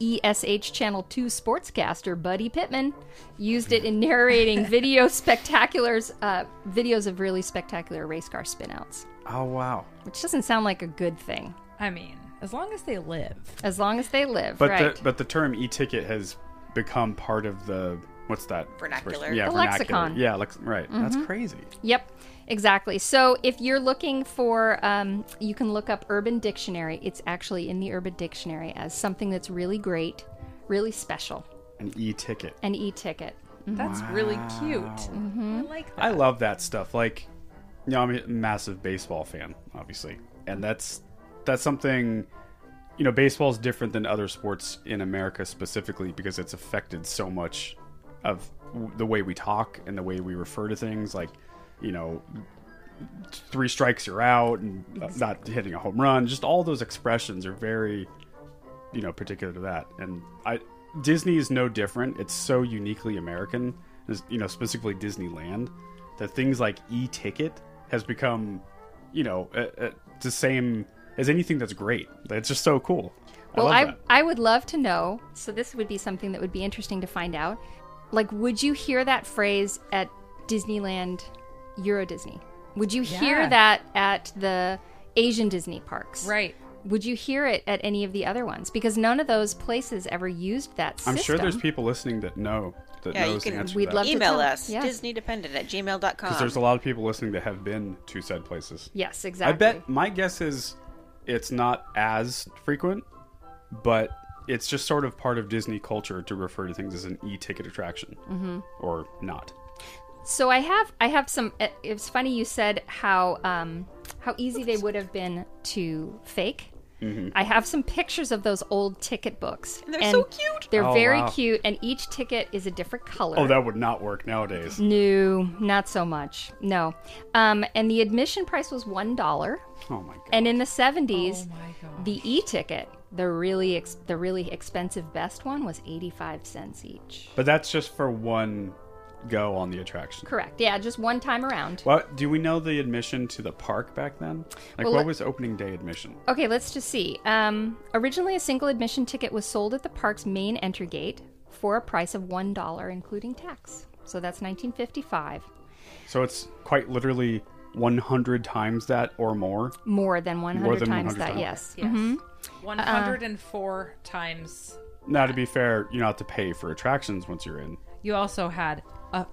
Speaker 4: WESH Channel 2 sportscaster Buddy Pittman used it in narrating video spectaculars, uh, videos of really spectacular race car spinouts,
Speaker 2: Oh wow!
Speaker 4: which doesn't sound like a good thing
Speaker 1: I mean, as long as they live.
Speaker 4: as long as they live,
Speaker 2: But
Speaker 4: right?
Speaker 2: the but the term e-ticket has become part of the what's that
Speaker 3: Vernacular.
Speaker 2: Yeah,
Speaker 4: The
Speaker 2: vernacular.
Speaker 4: lexicon. Mm-hmm.
Speaker 2: Yeah, lex- right. That's crazy.
Speaker 4: Yep, exactly. So if you're looking for, um, you can look up Urban Dictionary. It's actually in the Urban Dictionary as something that's really great, really special,
Speaker 2: An e-ticket.
Speaker 4: an e-ticket.
Speaker 1: That's really cute.
Speaker 4: Mm-hmm.
Speaker 1: I like that.
Speaker 2: I love that stuff. Like, you know, I'm a massive baseball fan, obviously, and that's that's something. You know, baseball is different than other sports in America specifically because it's affected so much of w- the way we talk and the way we refer to things. Like, you know, three strikes you're out and uh, not hitting a home run. Just all those expressions are very, you know, particular to that. And I Disney is no different. It's so uniquely American, is- you know, specifically Disneyland, that things like e-ticket has become, you know, uh, uh, the same as anything that's great. It's just so cool.
Speaker 4: Well,
Speaker 2: I
Speaker 4: I,
Speaker 2: love that.
Speaker 4: I would love to know. So this would be something that would be interesting to find out. Like, would you hear that phrase at Disneyland, Euro Disney? Would you hear
Speaker 1: Yeah.
Speaker 4: that at the Asian Disney parks?
Speaker 1: Right.
Speaker 4: Would you hear it at any of the other ones? Because none of those places ever used that system.
Speaker 2: I'm sure there's people listening that know that
Speaker 3: Yeah, you
Speaker 2: knows the
Speaker 3: can-
Speaker 2: answer
Speaker 4: we'd
Speaker 2: to that.
Speaker 4: love- to
Speaker 3: Email
Speaker 4: tell-
Speaker 3: us,
Speaker 4: yeah.
Speaker 3: disneydependent at gmail.com.
Speaker 2: Because there's a lot of people listening that have been to said places.
Speaker 4: Yes, exactly.
Speaker 2: I bet my guess is it's not as frequent, but it's just sort of part of Disney culture to refer to things as an e-ticket attraction mm-hmm. or not.
Speaker 4: So I have I have some. uh, it- It's funny you said how um, how easy they would have been to fake.
Speaker 2: Mm-hmm.
Speaker 4: I have some pictures of those old ticket books.
Speaker 3: And they're so cute.
Speaker 4: They're
Speaker 2: Oh,
Speaker 4: very
Speaker 2: wow.
Speaker 4: cute, and each ticket is a different color.
Speaker 2: Oh, that would not work nowadays.
Speaker 4: no, not so much. No, um, and the admission price was one dollar.
Speaker 2: Oh my god.
Speaker 4: And in the seventies,
Speaker 1: Oh my God.
Speaker 4: the e ticket, the really ex- the really expensive best one, was eighty five cents each.
Speaker 2: But that's just for one go on the attraction.
Speaker 4: Correct. Yeah, just one time around.
Speaker 2: What do we know the admission to the park back then? Like
Speaker 4: Well,
Speaker 2: what
Speaker 4: let-
Speaker 2: was opening day admission?
Speaker 4: Okay, let's just see. Um, originally, a single admission ticket was sold at the park's main entry gate for a price of one dollar, including tax. So that's 1955,
Speaker 2: So it's quite literally 100 times that or more.
Speaker 4: more than 100
Speaker 2: than 100
Speaker 4: times that.
Speaker 2: times.
Speaker 4: Yes. Mm-hmm.
Speaker 1: Yes. Uh-uh. 104 times.
Speaker 2: Now to be fair, you don't have to pay for attractions once you're in.
Speaker 1: You also had a,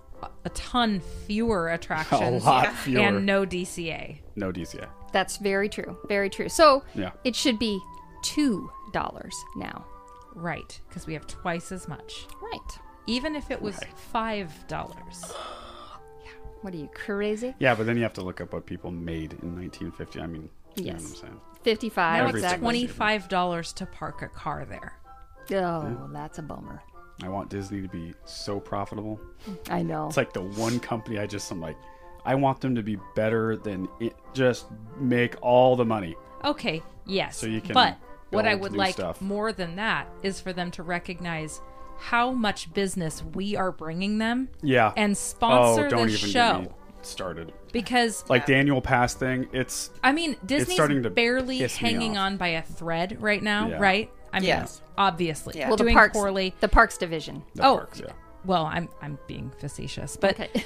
Speaker 1: a ton fewer attractions
Speaker 2: lot fewer.
Speaker 1: and no DCA.
Speaker 2: No DCA.
Speaker 4: That's very true. Very true. So
Speaker 2: Yeah.
Speaker 4: it should be two dollars now.
Speaker 1: Right, because we have twice as much.
Speaker 4: Right.
Speaker 1: Even if it was $5.
Speaker 4: What are you crazy?
Speaker 2: Yeah, but then you have to look up what people made in 1950. I mean, you know what
Speaker 4: Yes.
Speaker 2: I'm saying?
Speaker 4: 55.
Speaker 1: Now
Speaker 2: Everything.
Speaker 1: it's
Speaker 4: exactly.
Speaker 1: $25 to park a car there.
Speaker 4: Oh, that's a bummer.
Speaker 2: I want Disney to be so profitable.
Speaker 4: I know.
Speaker 2: It's like the one company I just am like, I want them to be better than it. Just make all the money.
Speaker 1: Okay, yes.
Speaker 2: So you can
Speaker 1: but what I
Speaker 2: build
Speaker 1: would
Speaker 2: new
Speaker 1: like
Speaker 2: stuff.
Speaker 1: more than that is for them to recognize how much business we are bringing them
Speaker 2: Yeah.
Speaker 1: and sponsor
Speaker 2: oh, don't
Speaker 1: the
Speaker 2: even
Speaker 1: show.
Speaker 2: Get me started.
Speaker 1: Because
Speaker 2: Like the annual pass thing. It's
Speaker 1: I mean, Disney's
Speaker 2: starting to
Speaker 1: barely
Speaker 2: piss me
Speaker 1: hanging
Speaker 2: off.
Speaker 1: on by a thread right now,
Speaker 2: Yeah.
Speaker 1: right? I mean,
Speaker 3: Yes.
Speaker 1: obviously,
Speaker 3: Yeah.
Speaker 4: well,
Speaker 1: doing
Speaker 4: the parks,
Speaker 1: poorly.
Speaker 4: the parks division.
Speaker 2: the
Speaker 1: oh,
Speaker 2: parks. Yeah.
Speaker 1: well, I'm I'm being facetious, but
Speaker 4: Okay.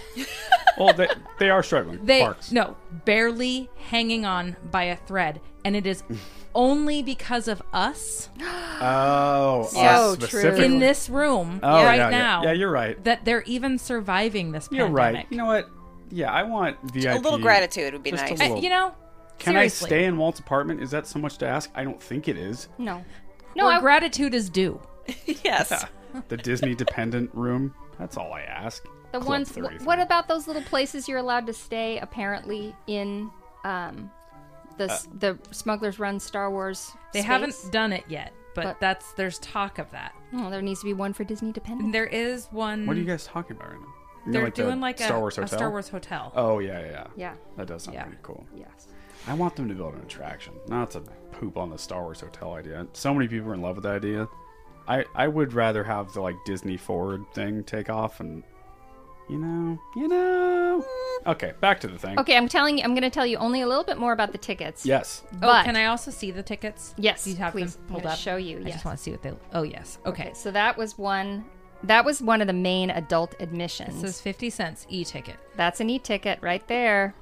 Speaker 2: well, they, they are struggling.
Speaker 1: they
Speaker 2: parks.
Speaker 1: no barely hanging on by a thread, and it is only because of us
Speaker 2: Oh,
Speaker 4: So
Speaker 2: us
Speaker 4: true.
Speaker 2: specifically.
Speaker 1: in this room
Speaker 2: Oh,
Speaker 1: right
Speaker 2: yeah, yeah.
Speaker 1: now.
Speaker 2: Yeah, you're right.
Speaker 1: That they're even surviving this
Speaker 2: You're
Speaker 1: pandemic.
Speaker 2: right. You know what? Yeah, I want VIP.
Speaker 3: a little gratitude would be
Speaker 2: Just a
Speaker 3: nice.
Speaker 1: I-
Speaker 2: little-
Speaker 1: you know,
Speaker 2: Can
Speaker 1: seriously.
Speaker 2: I stay in Walt's apartment? Is that so much to ask? I don't think it is.
Speaker 4: no. No,
Speaker 1: Where
Speaker 4: I-
Speaker 1: gratitude is due.
Speaker 3: yes.
Speaker 2: the Disney dependent room. That's all I ask.
Speaker 4: The
Speaker 2: Club
Speaker 4: ones. wh-
Speaker 2: 33.
Speaker 4: What about those little places you're allowed to stay? Apparently, in um, the s the Smuggler's Run Star Wars.
Speaker 1: Uh, They
Speaker 4: space?
Speaker 1: haven't done it yet, but,
Speaker 4: But-
Speaker 1: that's there's talk of that.
Speaker 4: Oh, there needs to be one for Disney dependent.
Speaker 1: There is one.
Speaker 2: What are you guys talking about right now? You mean
Speaker 1: They're
Speaker 2: the
Speaker 1: doing like a
Speaker 2: Star Wars
Speaker 1: a
Speaker 2: hotel.
Speaker 1: Star Wars hotel.
Speaker 2: Oh yeah, yeah, yeah.
Speaker 4: Yeah.
Speaker 2: That does sound
Speaker 1: Yeah.
Speaker 2: pretty cool.
Speaker 4: Yes.
Speaker 2: I want them to build an attraction, not to poop on the Star Wars hotel idea. So many people are in love with that idea. I I would rather have the like Disney forward thing take off and you know, you know. Okay, back to the thing.
Speaker 4: Okay, I'm telling you. I'm going to tell you only a little bit more about the tickets.
Speaker 2: Yes.
Speaker 1: Oh,
Speaker 4: But
Speaker 1: can I also see the tickets?
Speaker 4: Yes,
Speaker 1: Do you have
Speaker 4: please.
Speaker 1: them
Speaker 4: I'm
Speaker 1: pulled
Speaker 4: gonna
Speaker 1: up?
Speaker 4: show you,
Speaker 1: I
Speaker 4: yes.
Speaker 1: just want to see what they. Oh yes. Okay.
Speaker 4: Okay, so that was one. That was one of the main adult admissions.
Speaker 1: This is fifty cents e-ticket.
Speaker 4: That's an e-ticket right there.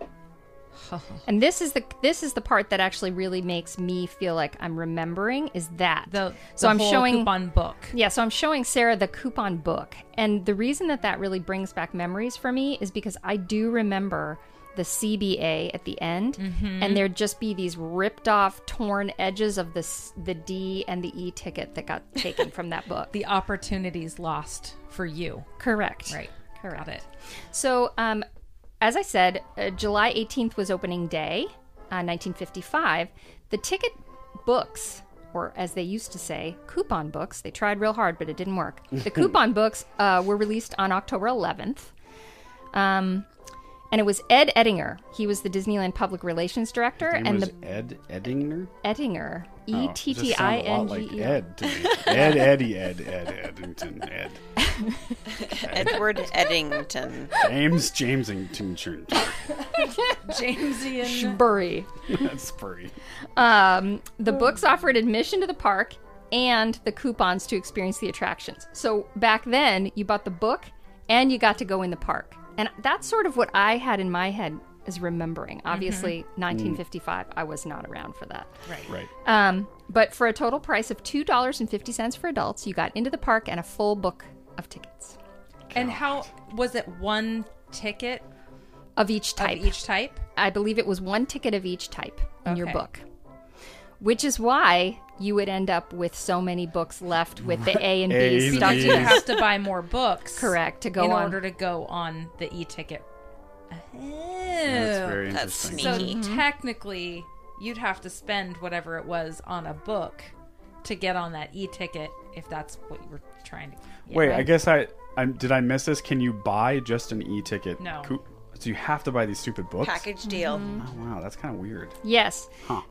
Speaker 4: and this is the this is the part that actually really makes me feel like I'm remembering is that.
Speaker 1: The,
Speaker 4: so
Speaker 1: the
Speaker 4: I'm
Speaker 1: whole
Speaker 4: showing
Speaker 1: coupon book.
Speaker 4: yeah, so I'm showing Sarah the coupon book. And the reason that that really brings back memories for me is because I do remember the CBA at the end, and there'd just be these ripped off, torn edges of the, s- the D and the E ticket that got taken from that book.
Speaker 1: The opportunities lost for you.
Speaker 4: Correct.
Speaker 1: Right.
Speaker 4: Correct.
Speaker 1: Got it.
Speaker 4: So, um, as I said, uh, July 18th was opening day, uh, 1955. The ticket books, or as they used to say, coupon books, they tried real hard, but it didn't work. The coupon books uh, were released on October 11th. Um, and it was Ed Ettinger. He was the Disneyland Public Relations Director,
Speaker 2: Name
Speaker 4: and
Speaker 2: was
Speaker 4: the
Speaker 2: Ed Eddinger.
Speaker 4: Ettinger, E
Speaker 2: Oh, it
Speaker 4: T
Speaker 2: just
Speaker 4: T I
Speaker 2: sounded a lot
Speaker 4: N
Speaker 2: like
Speaker 4: G E R.
Speaker 2: Ed to me. Ed, Eddie, Ed, Ed, Eddington, Ed.
Speaker 3: Edward Eddington.
Speaker 2: James, Jamesington.
Speaker 1: Jamesian.
Speaker 4: Bury.
Speaker 2: That's pretty.
Speaker 4: Um, the books offered admission to the park and the coupons to experience the attractions. So back then, you bought the book and you got to go in the park. And that's sort of what I had in my head is remembering. Obviously, 1955, I was not around for that.
Speaker 2: Right.
Speaker 4: Um, but for a total price of $2.50 for adults, you got into the park and a full book of tickets
Speaker 1: And how was it? One ticket
Speaker 4: of each type.
Speaker 1: of each type.
Speaker 4: I believe it was one ticket of each type in your
Speaker 1: Okay.
Speaker 4: book, which is why you would end up with so many books left with the A and B
Speaker 2: A's and
Speaker 4: stuck
Speaker 1: Because
Speaker 2: B's.
Speaker 1: you
Speaker 4: to
Speaker 1: have to buy more books.
Speaker 4: correct to go
Speaker 1: in
Speaker 4: on.
Speaker 1: order to go on the e-ticket.
Speaker 4: Mm-hmm.
Speaker 2: That's
Speaker 1: Oh.
Speaker 2: very
Speaker 3: That's
Speaker 2: interesting.
Speaker 1: So
Speaker 3: sneaky.
Speaker 1: technically, you'd have to spend whatever it was on a book to get on that e-ticket if that's what you were trying to. Yeah,
Speaker 2: Wait,
Speaker 1: right?
Speaker 2: I guess I I'm, did I miss this? Can you buy just an e-ticket?
Speaker 1: No.
Speaker 2: Cou- So you have to buy these stupid books.
Speaker 3: Package deal.
Speaker 4: Mm-hmm.
Speaker 2: Oh, wow, that's kind of weird.
Speaker 4: yes.
Speaker 2: Huh.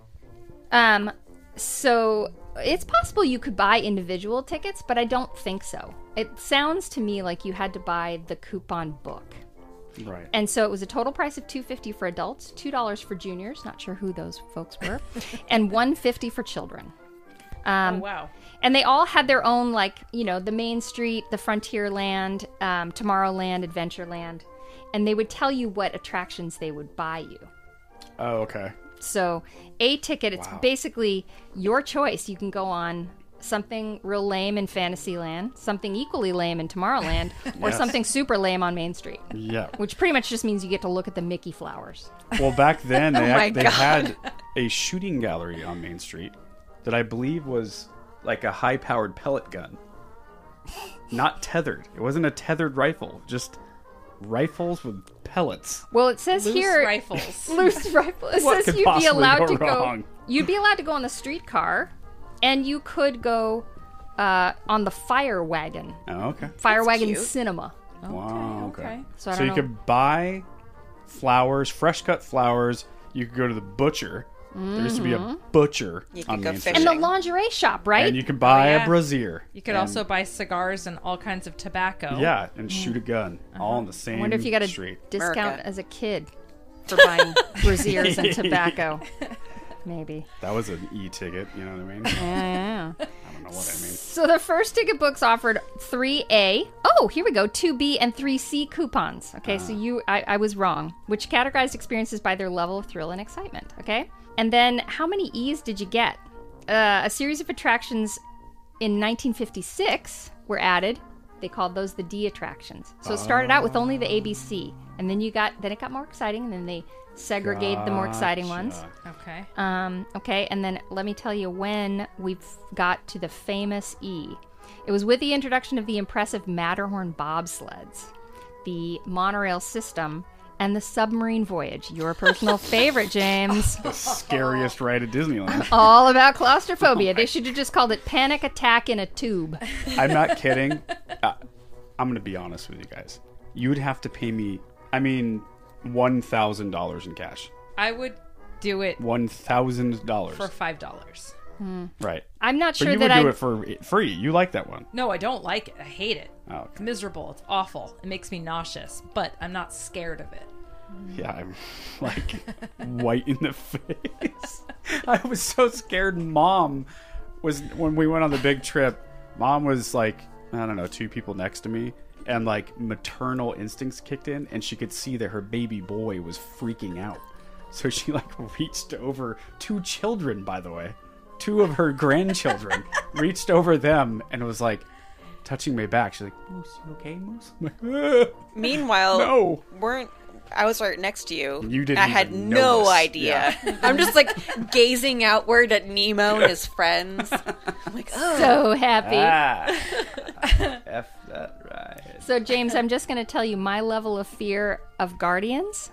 Speaker 4: Um. So it's possible you could buy individual tickets, but I don't think so. It sounds to me like you had to buy the coupon book.
Speaker 2: Right.
Speaker 4: And so it was a total price of 250 for adults, $2 for juniors, not sure who those folks were, and 150 for children.
Speaker 1: oh, wow.
Speaker 4: and they all had their own like you know the main street the frontierland um, tomorrowland adventureland and they would tell you what attractions they would buy you
Speaker 2: oh, okay.
Speaker 4: so a ticket it's
Speaker 2: Wow.
Speaker 4: basically your choice you can go on something real lame in fantasyland something equally lame in tomorrowland or
Speaker 2: Yes.
Speaker 4: something super lame on main street
Speaker 2: Yeah.
Speaker 4: which pretty much just means you get to look at the mickey flowers
Speaker 2: Well, back then
Speaker 4: Oh
Speaker 2: they,
Speaker 3: my
Speaker 2: had, they
Speaker 3: God.
Speaker 2: had a shooting gallery on Main Street that I believe was like a high-powered pellet gun, not tethered. It wasn't a tethered rifle, just rifles with pellets.
Speaker 4: well it says
Speaker 1: Loose
Speaker 4: here
Speaker 1: rifles.
Speaker 4: loose rifle. It
Speaker 2: What
Speaker 4: says
Speaker 2: could
Speaker 4: you'd be
Speaker 2: possibly
Speaker 4: allowed
Speaker 2: go
Speaker 4: to go.
Speaker 2: wrong?
Speaker 4: You'd be allowed to go on the streetcar, and you could go uh, on the fire wagon,
Speaker 2: Oh, okay.
Speaker 4: fire wagon
Speaker 3: cute.
Speaker 4: cinema.
Speaker 2: Wow. Okay.
Speaker 1: okay.
Speaker 4: So I
Speaker 2: you
Speaker 4: don't know.
Speaker 2: could buy flowers, fresh cut flowers. You could go to the butcher. There used to be a butcher
Speaker 3: You could
Speaker 2: on
Speaker 3: go
Speaker 2: Main Street.
Speaker 4: Mm-hmm. and
Speaker 3: fishing.
Speaker 4: the Oh, lingerie shop, right?
Speaker 2: And you could buy
Speaker 1: yeah.
Speaker 2: a brazier.
Speaker 1: You could also buy cigars and all kinds of tobacco.
Speaker 2: Yeah, and shoot a gun all in the same
Speaker 4: Mm-hmm. Uh-huh. I wonder if you got a
Speaker 2: street.
Speaker 4: discount
Speaker 3: America.
Speaker 4: as a kid for buying braziers and tobacco. Maybe.
Speaker 2: That was an e ticket, you know what I mean? I
Speaker 4: Yeah.
Speaker 2: don't know what I mean.
Speaker 4: So the first ticket books offered 3A. Oh, here we go. 2B and 3C coupons. Okay, so you, I, I was wrong, which categorized experiences by their level of thrill and excitement. Okay. And then how many E's did you get? Uh, a series of attractions in 1956 were added They called those the D attractions. So it started out with only the ABC, and then you got then it got more exciting, and then they segregated the more exciting ones.
Speaker 2: Gotcha.
Speaker 1: Okay.
Speaker 4: Um, okay, and then let me tell you when we got to the famous E. It was with the introduction of the impressive Matterhorn bobsleds, the monorail system, and the submarine voyage. Your personal favorite, James.
Speaker 2: The scariest ride at Disneyland.
Speaker 4: All about claustrophobia. they should have just called it panic attack in a tube.
Speaker 2: I'm not kidding. Uh, I'm gonna be honest with you guys. You would have to pay me. I mean, one thousand dollars in cash.
Speaker 1: I would do it
Speaker 2: One thousand dollars.
Speaker 1: for five dollars.
Speaker 2: Right.
Speaker 4: I'm not
Speaker 2: But
Speaker 4: sure
Speaker 2: you would
Speaker 4: that
Speaker 2: do
Speaker 4: I.
Speaker 2: it for free. You like that one.
Speaker 1: No, I don't like it. I hate it.
Speaker 2: Oh,
Speaker 1: It's
Speaker 2: okay.
Speaker 1: miserable. It's awful. It makes me nauseous, but I'm not scared of it.
Speaker 2: Yeah, I'm like white in the face. I was so scared. Mom was when we went on the big trip. Mom was like, I don't know, two people next to me, and like maternal instincts kicked in, and she could see that her baby boy was freaking out. So she like reached over two children, by the way, two of her grandchildren, reached over them and was like touching my back. She's like, Moose, you okay, Moose? I'm like, "Ugh."
Speaker 3: Meanwhile,
Speaker 2: No.
Speaker 3: weren't I was right next to you.
Speaker 2: You didn't
Speaker 3: I had
Speaker 2: even
Speaker 3: no
Speaker 2: notice.
Speaker 3: idea.
Speaker 4: Mm-hmm.
Speaker 3: I'm just like gazing outward at Nemo and his friends. I'm like, oh,
Speaker 4: So happy.
Speaker 2: Ah, F that right.
Speaker 4: So, James, I'm just going to tell you my level of fear of guardians.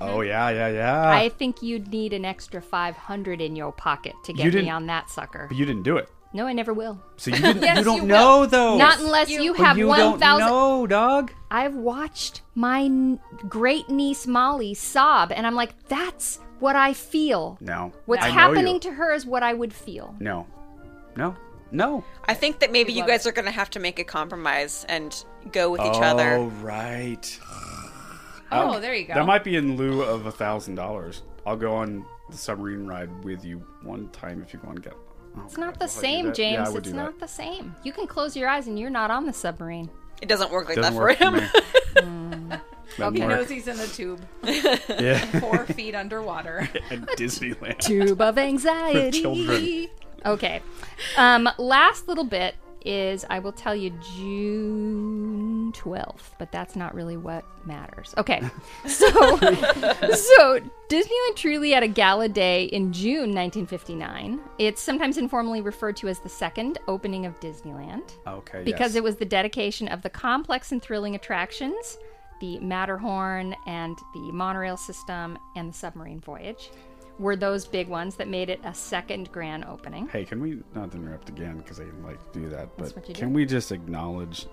Speaker 2: Oh yeah, yeah, yeah.
Speaker 4: Mm-hmm. I think you'd need an extra 500 in your pocket to
Speaker 2: You
Speaker 4: get
Speaker 2: didn't-
Speaker 4: me on that sucker.
Speaker 2: but you didn't do it,
Speaker 4: No, I never will.
Speaker 2: so you didn't.
Speaker 1: Yes,
Speaker 2: you
Speaker 1: you
Speaker 2: don't
Speaker 1: will.
Speaker 2: know though.
Speaker 4: Not unless you, have
Speaker 2: you don't
Speaker 4: 1,000.
Speaker 2: know, dog.
Speaker 4: I've watched my n- great niece Molly sob, and I'm like, that's what I feel.
Speaker 2: No.
Speaker 4: What's
Speaker 2: I know
Speaker 4: happening
Speaker 2: you.
Speaker 4: to her is what I would feel.
Speaker 2: No, no, no.
Speaker 3: I think that maybe you
Speaker 1: love
Speaker 3: guys are going to have to make a compromise and go with each
Speaker 2: oh,
Speaker 3: other.
Speaker 2: right. Um,
Speaker 1: Oh, there you go.
Speaker 2: That might be in lieu of a thousand dollars. I'll go on the submarine ride with you one time if you want to get.
Speaker 4: It's not the same,
Speaker 2: that? Yeah, I
Speaker 4: James.
Speaker 2: would
Speaker 4: it's
Speaker 2: do
Speaker 4: not the same. You can close your eyes and you're not on the submarine.
Speaker 3: It doesn't work like
Speaker 2: Doesn't
Speaker 3: that
Speaker 2: work
Speaker 3: for
Speaker 2: for
Speaker 3: him.
Speaker 2: me. Doesn't
Speaker 1: He
Speaker 2: work.
Speaker 1: knows he's in a tube,
Speaker 2: Yeah.
Speaker 1: four feet underwater.
Speaker 2: At Disneyland.
Speaker 4: Tube of anxiety.
Speaker 2: children.
Speaker 4: Okay. Um, last little bit is I will tell you June 12th, but that's not really what matters. Okay. So so Disneyland truly had a gala day in June 1959. It's sometimes informally referred to as the second opening of Disneyland
Speaker 2: Okay.
Speaker 4: because
Speaker 2: yes.
Speaker 4: it was the dedication of the complex and thrilling attractions, the Matterhorn and the monorail system and the submarine voyage. Were those big ones that made it a second grand opening?
Speaker 2: Hey, can we not to interrupt again because I like to do that, but
Speaker 4: what you
Speaker 2: can
Speaker 4: do.
Speaker 2: we just acknowledge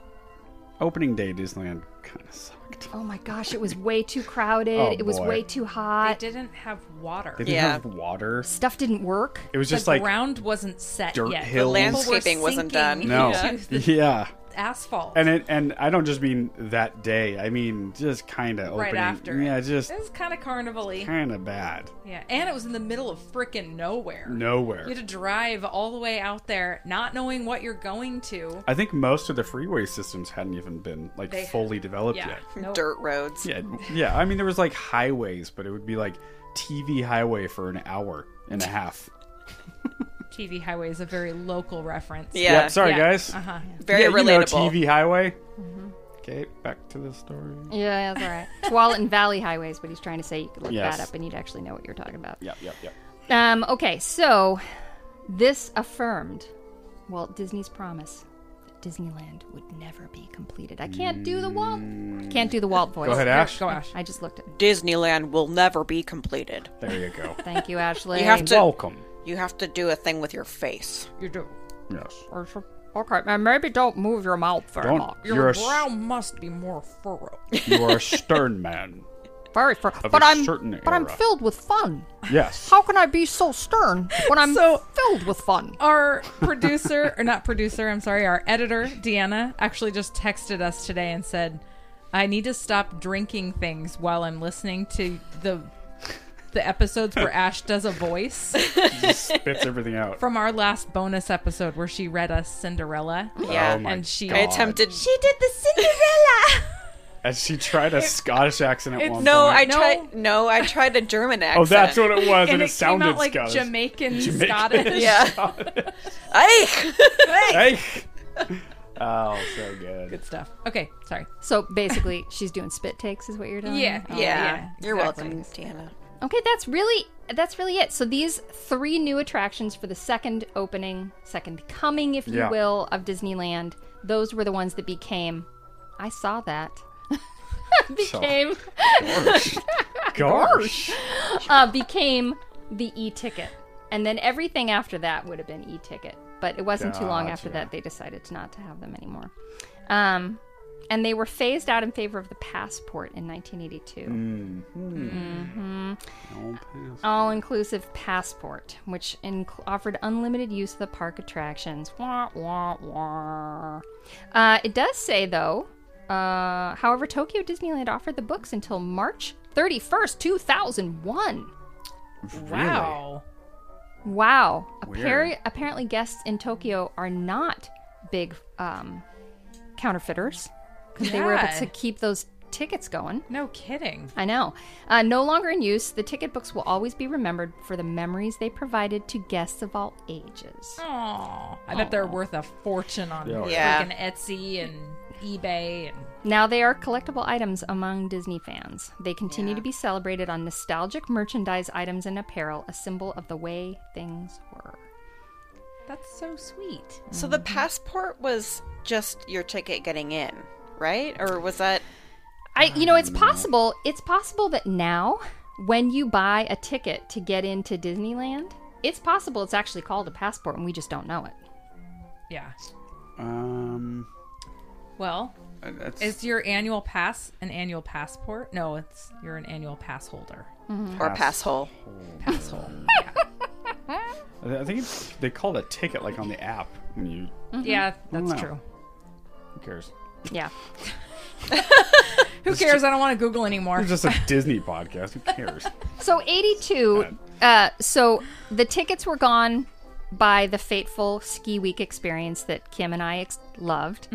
Speaker 2: opening day at Disneyland kind of sucked.
Speaker 4: Oh my gosh, it was way too crowded.
Speaker 2: Oh,
Speaker 4: it was
Speaker 2: boy.
Speaker 4: way too
Speaker 1: They
Speaker 4: hot.
Speaker 1: didn't have water.
Speaker 2: They didn't
Speaker 3: Yeah.
Speaker 2: have water.
Speaker 4: Stuff didn't work.
Speaker 2: It was
Speaker 1: the
Speaker 2: just like
Speaker 1: ground wasn't set
Speaker 2: dirt
Speaker 1: yet.
Speaker 2: hills.
Speaker 1: People were
Speaker 3: Landscaping wasn't
Speaker 1: sinking
Speaker 2: no,
Speaker 1: into the
Speaker 2: yeah,
Speaker 1: asphalt.
Speaker 2: and it and I don't just mean that day. I mean just kind of
Speaker 1: right
Speaker 2: opening.
Speaker 1: after.
Speaker 2: yeah,
Speaker 1: it.
Speaker 2: just
Speaker 1: it was kind of carnival-y.
Speaker 2: kind of bad.
Speaker 1: Yeah, and it was in the middle of frickin' nowhere.
Speaker 2: Nowhere.
Speaker 1: You had to drive all the way out there, not knowing what you're going to.
Speaker 2: I think most of the freeway systems hadn't even been like
Speaker 1: They-
Speaker 2: fully developed
Speaker 1: Yeah,
Speaker 2: yet.
Speaker 1: no,
Speaker 3: Dirt roads.
Speaker 2: Yeah, yeah. I mean, there was like highways, but it would be like TV highway for an hour and a half.
Speaker 1: TV highway is a very local reference.
Speaker 3: Yeah.
Speaker 2: Yep, sorry,
Speaker 1: Yeah.
Speaker 2: guys.
Speaker 1: Uh-huh.
Speaker 3: Very
Speaker 2: yeah,
Speaker 3: relatable.
Speaker 2: You know, TV Highway. Okay, back to the story.
Speaker 4: Yeah, that's all right. Tualatin Valley Highways, what he's trying to say. You could look
Speaker 2: Yes.
Speaker 4: that up and you'd actually know what you're talking about.
Speaker 2: Yep, yep, yep.
Speaker 4: Um, okay, so this affirmed Walt Disney's promise that Disneyland would never be completed. I can't do the Walt. I can't do the Walt voice.
Speaker 2: Mm. Go ahead, Ash.
Speaker 1: Go Ash.
Speaker 4: I just looked at.
Speaker 3: Disneyland will never be completed.
Speaker 2: There you go.
Speaker 4: Thank you, Ashley.
Speaker 3: You have to-
Speaker 2: Welcome.
Speaker 3: You have to do a thing with your face.
Speaker 1: You do.
Speaker 2: Yes.
Speaker 4: Okay, now maybe don't move your mouth very
Speaker 2: Don't.
Speaker 4: much.
Speaker 2: You're a,
Speaker 1: brow
Speaker 2: s-
Speaker 1: must be more furrowed.
Speaker 2: you are a stern man.
Speaker 4: Very far.
Speaker 2: Of
Speaker 4: But
Speaker 2: a
Speaker 4: I'm.
Speaker 2: certain
Speaker 4: But I'm
Speaker 2: era.
Speaker 4: filled with fun.
Speaker 2: Yes.
Speaker 4: How can I be so stern when I'm
Speaker 1: So-
Speaker 4: filled with fun?
Speaker 1: Our producer, or not producer, I'm sorry, our editor, Deanna, actually just texted us today and said, I need to stop drinking things while I'm listening to the the episodes where Ash does a voice
Speaker 2: Just spits everything out.
Speaker 1: from our last bonus episode where she read us Cinderella.
Speaker 3: Yeah.
Speaker 2: Oh my
Speaker 1: And she-
Speaker 2: God.
Speaker 3: I attempted.
Speaker 1: She did the Cinderella.
Speaker 2: And she tried a Scottish accent at one
Speaker 3: No, I
Speaker 2: point.
Speaker 1: No.
Speaker 3: tried. No, I tried a German accent.
Speaker 2: Oh, that's what it was, and,
Speaker 1: and
Speaker 2: it,
Speaker 1: it, came
Speaker 2: sounded
Speaker 1: out like
Speaker 2: Scottish.
Speaker 1: Jamaican, Scottish.
Speaker 2: Oh,
Speaker 3: Yeah. Hey.
Speaker 2: Hey. Oh, so good.
Speaker 1: Good stuff. Okay, sorry.
Speaker 4: So basically, she's doing spit takes, is what you're doing. Oh.
Speaker 1: Yeah.
Speaker 3: yeah. You're
Speaker 1: exactly.
Speaker 3: welcome, Deanna.
Speaker 4: Okay, that's really that's really it. So these three new attractions for the second opening, second coming, if you
Speaker 2: Yeah.
Speaker 4: will, of Disneyland. Those were the ones that became. I saw that. became
Speaker 2: Gosh. Gosh.
Speaker 4: uh, became the e-ticket, and then everything after that would have been e-ticket. But it wasn't too long after
Speaker 2: Gotcha.
Speaker 4: that they decided to not to have them anymore. Um, and they were phased out in favor of the passport in 1982. all inclusive passport, which inc- offered unlimited use of the park attractions. Wah, wah, wah. Uh, it does say, though, uh, however, Tokyo Disneyland offered the books until March 31st, 2001.
Speaker 1: Wow.
Speaker 4: Wow. Appar-
Speaker 2: Weird.
Speaker 4: apparently, guests in Tokyo are not big um, counterfeiters because they were able
Speaker 1: Yeah.
Speaker 4: to keep those tickets going.
Speaker 1: No kidding.
Speaker 4: I know. Uh, no longer in use, the ticket books will always be remembered for the memories they provided to guests of all ages.
Speaker 1: Aw. I bet they're worth a fortune on
Speaker 2: Yeah.
Speaker 3: Yeah.
Speaker 1: freaking Etsy and eBay and
Speaker 4: Now they are collectible items among Disney fans. They continue to be celebrated on nostalgic merchandise items and apparel, a symbol of the way things were.
Speaker 1: that's so sweet.
Speaker 3: So the passport was just your ticket getting in, right? Or was that
Speaker 4: I, you know, it's possible. It's possible that now, when you buy a ticket to get into Disneyland, it's possible it's actually called a passport, and we just don't know it.
Speaker 1: Yeah.
Speaker 2: Um,
Speaker 1: Well,
Speaker 2: that's,
Speaker 1: is your annual pass an annual passport? No, it's you're an annual pass holder.
Speaker 3: or pass hole?
Speaker 1: Pass holder.
Speaker 2: I think it's, they call it a ticket like on the app when you.
Speaker 1: Yeah, that's
Speaker 2: Wow.
Speaker 1: true.
Speaker 2: Who cares?
Speaker 4: Yeah.
Speaker 1: Who cares? I don't want to Google anymore.
Speaker 2: It's just a Disney podcast. Who cares?
Speaker 4: So 82 uh so the tickets were gone by the fateful ski week experience that Kim and I ex- loved.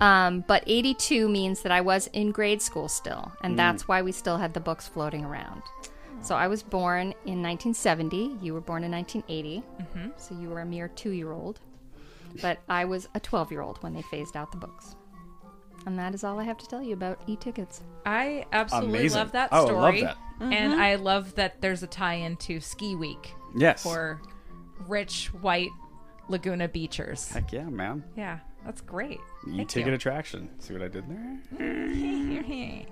Speaker 4: Um, but 82 means that I was in grade school still, and that's why we still had the books floating around. So I was born in 1970. You were born in 1980. So you were a mere two year old. But I was a 12 year old when they phased out the books. And that is all I have to tell you about e tickets.
Speaker 1: I absolutely
Speaker 2: Amazing.
Speaker 1: love that
Speaker 2: Oh, I love
Speaker 1: story.
Speaker 2: that.
Speaker 1: And I love that there's a tie in to Ski Week
Speaker 2: Yes.
Speaker 1: for rich white Laguna beachers.
Speaker 2: Heck yeah, man.
Speaker 1: Yeah, that's great.
Speaker 2: You
Speaker 1: Thank
Speaker 2: ticket
Speaker 1: you.
Speaker 2: attraction. See what I did there?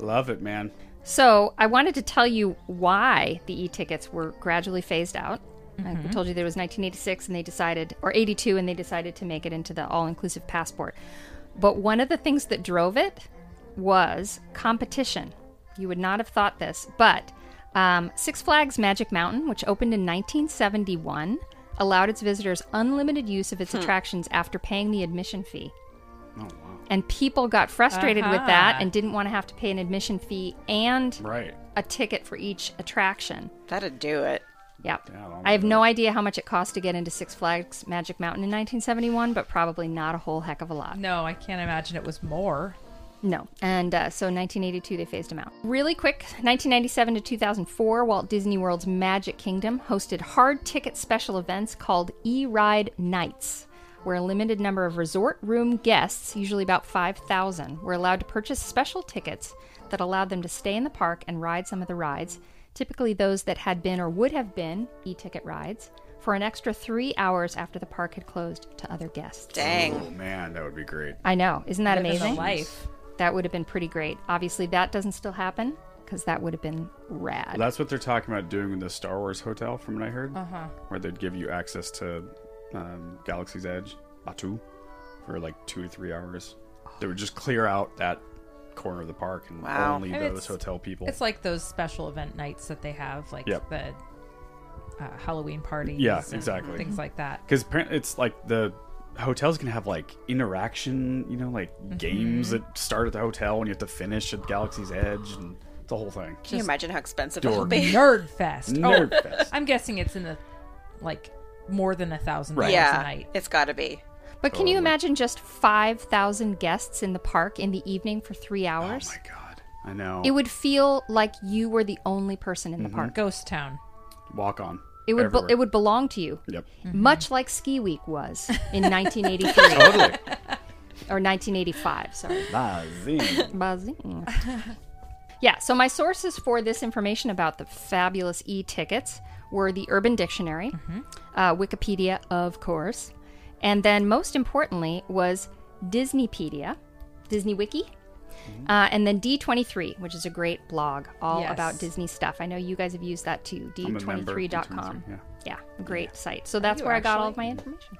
Speaker 2: Love it, man.
Speaker 4: So I wanted to tell you why the e-tickets were gradually phased out. I told you there was 1986, and they decided, or 82, and they decided to make it into the all-inclusive passport. But one of the things that drove it was competition. You would not have thought this, but um, Six Flags Magic Mountain, which opened in 1971, allowed its visitors unlimited use of its attractions after paying the admission fee
Speaker 2: Oh, wow.
Speaker 4: and people got frustrated with that
Speaker 1: Uh-huh.
Speaker 4: and didn't want to have to pay an admission fee and
Speaker 2: Right.
Speaker 4: a ticket for each attraction.
Speaker 3: That'd do it.
Speaker 4: Yep.
Speaker 2: Yeah, I'll
Speaker 4: I have no idea how much it cost to get into Six Flags Magic Mountain in 1971, but probably not a whole heck of a lot.
Speaker 1: No, I can't imagine it was more.
Speaker 4: No. And uh, so 1982, they phased them out. Really quick 1997 to 2004, Walt Disney World's Magic Kingdom hosted hard ticket special events called E Ride Nights, where a limited number of resort room guests, usually about 5,000, were allowed to purchase special tickets that allowed them to stay in the park and ride some of the rides, typically those that had been or would have been e ticket rides, for an extra three hours after the park had closed to other guests.
Speaker 2: Oh,
Speaker 3: Dang.
Speaker 2: man. That would be great.
Speaker 4: I know. Isn't that
Speaker 1: Living the
Speaker 4: amazing?
Speaker 1: life.
Speaker 4: That would have been pretty great. Obviously, that doesn't still happen because that would have been rad.
Speaker 2: That's what they're talking about doing in the Star Wars hotel, from what I heard. Uh-huh. Where they'd give you access to um, Galaxy's Edge, Batu, for like two to three hours. They would just clear out that corner of the park and
Speaker 3: Wow.
Speaker 2: only
Speaker 1: And
Speaker 2: those
Speaker 1: it's-
Speaker 2: hotel people.
Speaker 1: It's like those special event nights that they have, like
Speaker 2: Yep.
Speaker 1: the uh, Halloween parties.
Speaker 2: Yeah,
Speaker 1: and
Speaker 2: exactly.
Speaker 1: Things like that.
Speaker 2: Because apparently it's like the hotels can have like interaction, you know, like games that start at the hotel and you have to finish at Galaxy's Edge and the whole thing.
Speaker 3: Can you imagine how expensive
Speaker 2: dork.
Speaker 3: that'll be?
Speaker 1: Nerd Fest.
Speaker 2: Nerd
Speaker 1: oh,
Speaker 2: fest.
Speaker 1: I'm guessing it's in the like more than a thousand dollars a
Speaker 3: Yeah,
Speaker 1: night.
Speaker 3: it's gotta be.
Speaker 4: but can you imagine just 5,000 guests in the park in the evening for three
Speaker 2: Oh
Speaker 4: hours?
Speaker 2: my god. I know.
Speaker 4: it would feel like you were the only person in the park.
Speaker 1: Ghost Town.
Speaker 2: Walk on.
Speaker 4: It would be-
Speaker 2: Mm-hmm. Everywhere.
Speaker 4: it would belong to you,
Speaker 2: Yep. Oh.
Speaker 4: much like Ski Week was in 1983.
Speaker 2: totally.
Speaker 4: or 1985. Sorry.
Speaker 5: Bazing.
Speaker 4: Bazing. yeah, so my sources for this information about the fabulous e tickets were the Urban Dictionary,
Speaker 2: Mm-hmm.
Speaker 4: uh, Wikipedia, of course, and then most importantly was Disneypedia, Disney Wiki.
Speaker 2: Mm-hmm.
Speaker 4: Uh, and then D23, which is a great blog all
Speaker 1: Yes.
Speaker 4: about Disney stuff. I know you guys have used that too.
Speaker 2: I'm a member of
Speaker 4: D23.com.
Speaker 2: D23,
Speaker 4: yeah. great site. So that's where I got all of
Speaker 2: Mm-hmm.
Speaker 4: my information.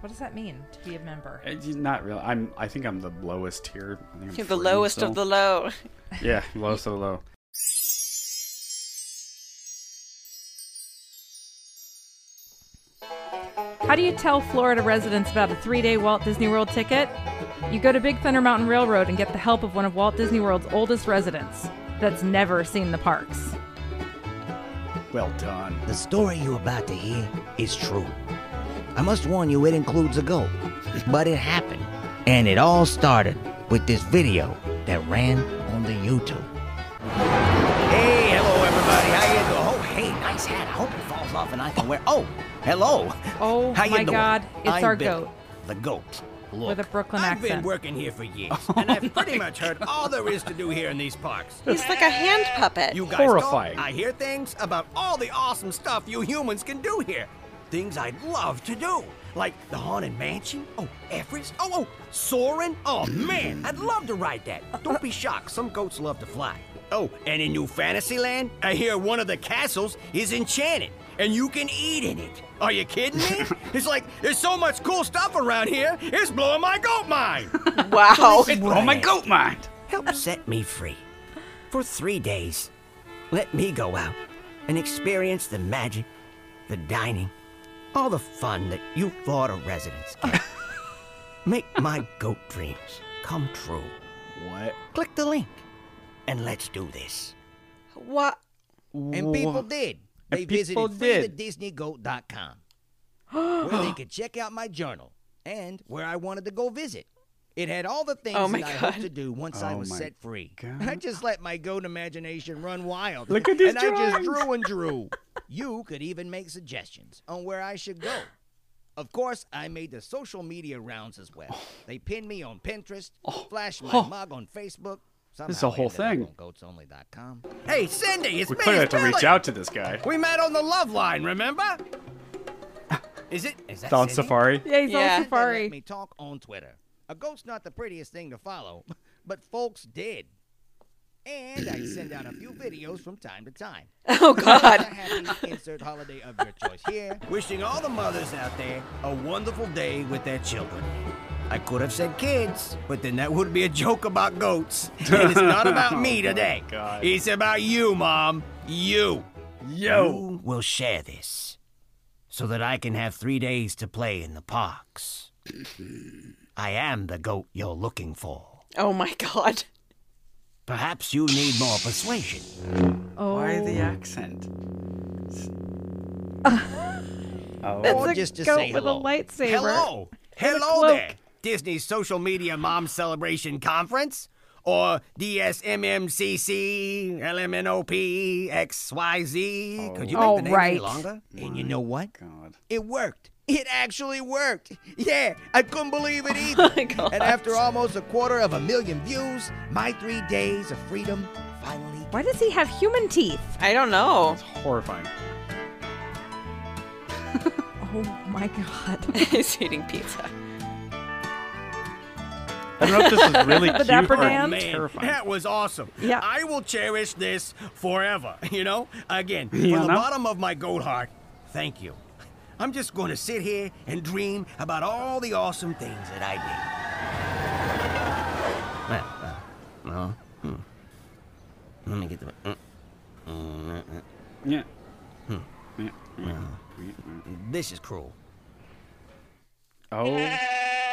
Speaker 1: What does that mean to be a member?
Speaker 2: Uh, you- Not really. I'm. I think I'm the lowest tier. I think I'm
Speaker 3: You're the
Speaker 2: free
Speaker 3: lowest
Speaker 2: still.
Speaker 3: of the low.
Speaker 2: Yeah, lowest of the low.
Speaker 1: How do you tell Florida residents about a three day Walt Disney World ticket? You go to Big Thunder Mountain Railroad and get the help of one of Walt Disney World's oldest residents that's never seen the parks.
Speaker 2: Well done.
Speaker 6: The story you're about to hear is true. I must warn you, it includes a goat. But it happened. And it all started with this video that ran on the YouTube. Hey, hello everybody. How you doing? Oh, hey, nice hat. I hope it falls off and I can wear. Oh, hello.
Speaker 1: Oh
Speaker 6: How you
Speaker 1: my
Speaker 6: doing?
Speaker 1: God, it's
Speaker 6: I'm
Speaker 1: our
Speaker 6: Bill,
Speaker 1: goat.
Speaker 6: The goat. Look,
Speaker 1: With a Brooklyn
Speaker 6: I've
Speaker 1: accent. Oh
Speaker 6: been working here for years, and I've pretty much heard all there is to do here in these parks.
Speaker 3: He's like a hand puppet.
Speaker 6: You guys
Speaker 2: Horrifying.
Speaker 6: Don't, I hear things about all the awesome stuff you humans can do here. Things I'd love to do, like the Haunted Mansion. Oh, Everest. Oh, oh, soaring. Oh man, I'd love to ride that. Don't be shocked. Some goats love to fly. Oh, and in New Fantasyland, I hear one of the castles is enchanted, and you can eat in it. Are you kidding me? it's like there's so much cool stuff around here. It's blowing my goat mind.
Speaker 3: wow.
Speaker 6: It's
Speaker 2: Oh my
Speaker 6: right.
Speaker 2: goat mind.
Speaker 6: Help set me free. For three days, let me go out and experience the magic, the dining, all the fun that you Florida residents get. Make my goat dreams come true.
Speaker 2: What?
Speaker 6: Click the link and let's do this.
Speaker 3: What?
Speaker 2: Wha-
Speaker 7: And people did. They
Speaker 2: And people
Speaker 7: visited
Speaker 2: did.
Speaker 7: freethedisneygoat.com where they could check out my journal and where I wanted to go visit. It had all the things
Speaker 3: Oh my
Speaker 7: that I hoped
Speaker 3: God.
Speaker 7: to do once I
Speaker 2: Oh
Speaker 7: was
Speaker 2: my
Speaker 7: set free.
Speaker 2: God.
Speaker 7: I just let my goat imagination run wild.
Speaker 2: Look at these
Speaker 7: And I just
Speaker 2: drawings.
Speaker 7: drew and drew. you could even make suggestions on where I should go. Of course, I made the social media rounds as well. They pinned me on Pinterest, flashed my mug on Facebook. Somehow
Speaker 2: Oh. is the whole
Speaker 7: ended up
Speaker 2: thing.
Speaker 7: on goatsonly.com.
Speaker 6: Hey, Cindy, it's
Speaker 2: We
Speaker 6: me.
Speaker 2: clearly have
Speaker 6: it's
Speaker 2: to reach
Speaker 6: Billy.
Speaker 2: out to this guy.
Speaker 6: We met on the Love Line, remember? Is it? Is that
Speaker 2: It's on
Speaker 6: Cindy?
Speaker 2: Safari.
Speaker 1: Yeah, he's
Speaker 3: Yeah.
Speaker 1: on
Speaker 7: They Let
Speaker 1: safari.
Speaker 7: me talk on Twitter. A goat's not the prettiest thing to follow, but folks did. And I send out a few videos from time to time.
Speaker 3: Oh
Speaker 7: A
Speaker 3: God.
Speaker 7: happy insert holiday of your choice here.
Speaker 6: Wishing all the mothers out there a wonderful day with their children. I could have said kids, but then that would be a joke about goats. And it's not about me today.
Speaker 2: God.
Speaker 6: It's about you, Mom. You.
Speaker 2: Yo.
Speaker 6: You will share this so that I can have three days to play in the parks. I am the goat you're looking for.
Speaker 3: Oh my God.
Speaker 6: Perhaps you need more persuasion.
Speaker 2: Why the accent?
Speaker 7: Or
Speaker 2: oh,
Speaker 7: just to
Speaker 1: goat
Speaker 7: say
Speaker 1: with
Speaker 7: hello.
Speaker 1: a lightsaber.
Speaker 6: Hello. Hello
Speaker 1: cloak.
Speaker 6: there. Disney's Social Media Mom Celebration Conference or DSMMCC LMNOP XYZ. Could you make
Speaker 1: All
Speaker 6: the name
Speaker 1: right.
Speaker 6: any longer? Oh,
Speaker 7: And you know what?
Speaker 2: God.
Speaker 7: It worked. It actually worked. Yeah, I couldn't believe it either.
Speaker 1: Oh,
Speaker 7: and after almost a quarter of a million views, my three days of freedom finally
Speaker 1: Why does he have human teeth?
Speaker 3: I don't know.
Speaker 2: It's horrifying.
Speaker 1: Oh my God.
Speaker 3: He's eating pizza.
Speaker 2: I don't know if this is really cute
Speaker 1: Dapper
Speaker 2: or
Speaker 1: Dan?
Speaker 6: Man,
Speaker 2: terrifying.
Speaker 6: that was awesome.
Speaker 1: Yeah.
Speaker 6: I will cherish this forever. You know, again,
Speaker 2: Yeah,
Speaker 6: from
Speaker 2: no?
Speaker 6: the bottom of my goat heart, thank you. I'm just going to sit here and dream about all the awesome things that I did. Well, uh, no. hmm. Let me get the. mm,
Speaker 2: Yeah.
Speaker 6: This is cruel.
Speaker 2: Oh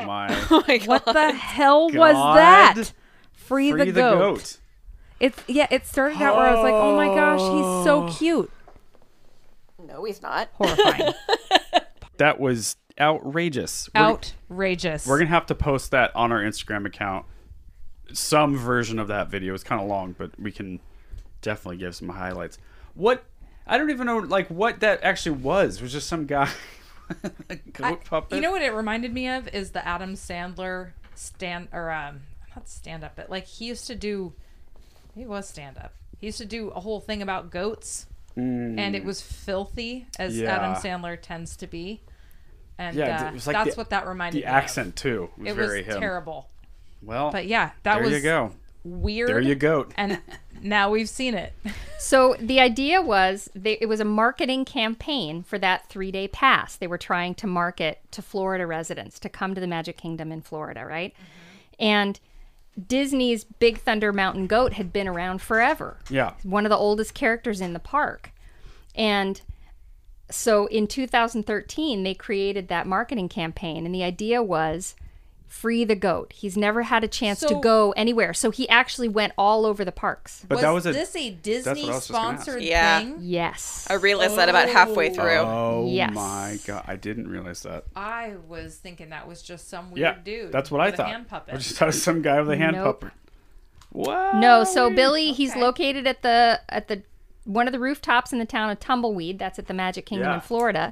Speaker 2: my.
Speaker 3: Oh my God.
Speaker 1: What the hell was
Speaker 2: God.
Speaker 1: that? Free,
Speaker 2: Free the goat.
Speaker 1: It's yeah. It started out where I was like, "Oh my gosh, he's so cute."
Speaker 3: No, he's not.
Speaker 1: Horrifying.
Speaker 2: That was outrageous. We're-
Speaker 1: Outrageous.
Speaker 2: We're gonna have to post that on our Instagram account. Some version of that video. It's kind of long, but we can definitely give some highlights. What I don't even know, like what that actually was. It was just some guy, goat puppet.
Speaker 1: You know what it reminded me of is the Adam Sandler stand or um not stand up, but like he used to do he was stand up. He used to do a whole thing about goats. And it was filthy, as
Speaker 2: Mm. Yeah.
Speaker 1: Adam Sandler tends to be. And
Speaker 2: Yeah,
Speaker 1: uh,
Speaker 2: it was like
Speaker 1: that's
Speaker 2: the-
Speaker 1: what that reminded
Speaker 2: The
Speaker 1: me of.
Speaker 2: accent too was
Speaker 1: It was
Speaker 2: very him.
Speaker 1: terrible.
Speaker 2: Well,
Speaker 1: But yeah, that
Speaker 2: there
Speaker 1: was
Speaker 2: you go.
Speaker 1: weird.
Speaker 2: There you go.
Speaker 1: And now we've seen it.
Speaker 4: So the idea was they, it was a marketing campaign for that three day pass. They were trying to market to Florida residents to come to the Magic Kingdom in Florida, right? And Disney's Big Thunder Mountain Goat had been around forever.
Speaker 2: Yeah.
Speaker 4: One of the oldest characters in the park. And so in 2013, they created that marketing campaign. And the idea was free the goat. He's never had a chance to
Speaker 1: So-
Speaker 4: go anywhere. So he actually went all over the parks.
Speaker 2: But that was a
Speaker 1: this a
Speaker 2: what I
Speaker 1: Disney
Speaker 2: was just gonna ask.
Speaker 1: sponsored
Speaker 3: Yeah.
Speaker 1: thing?
Speaker 4: Yes.
Speaker 3: I realized that about halfway through.
Speaker 2: Oh
Speaker 4: Yes.
Speaker 2: my god! I didn't realize that.
Speaker 1: I was thinking that was just some weird
Speaker 2: Yeah,
Speaker 1: dude.
Speaker 2: that's what I
Speaker 1: with a
Speaker 2: thought.
Speaker 1: hand puppet.
Speaker 2: I just thought it was some guy with a hand
Speaker 4: Nope.
Speaker 2: puppet. What?
Speaker 4: No, so Billy, he's located at the at the one of the rooftops in the town of Tumbleweed. That's at the Magic Kingdom
Speaker 2: Yeah.
Speaker 4: in Florida.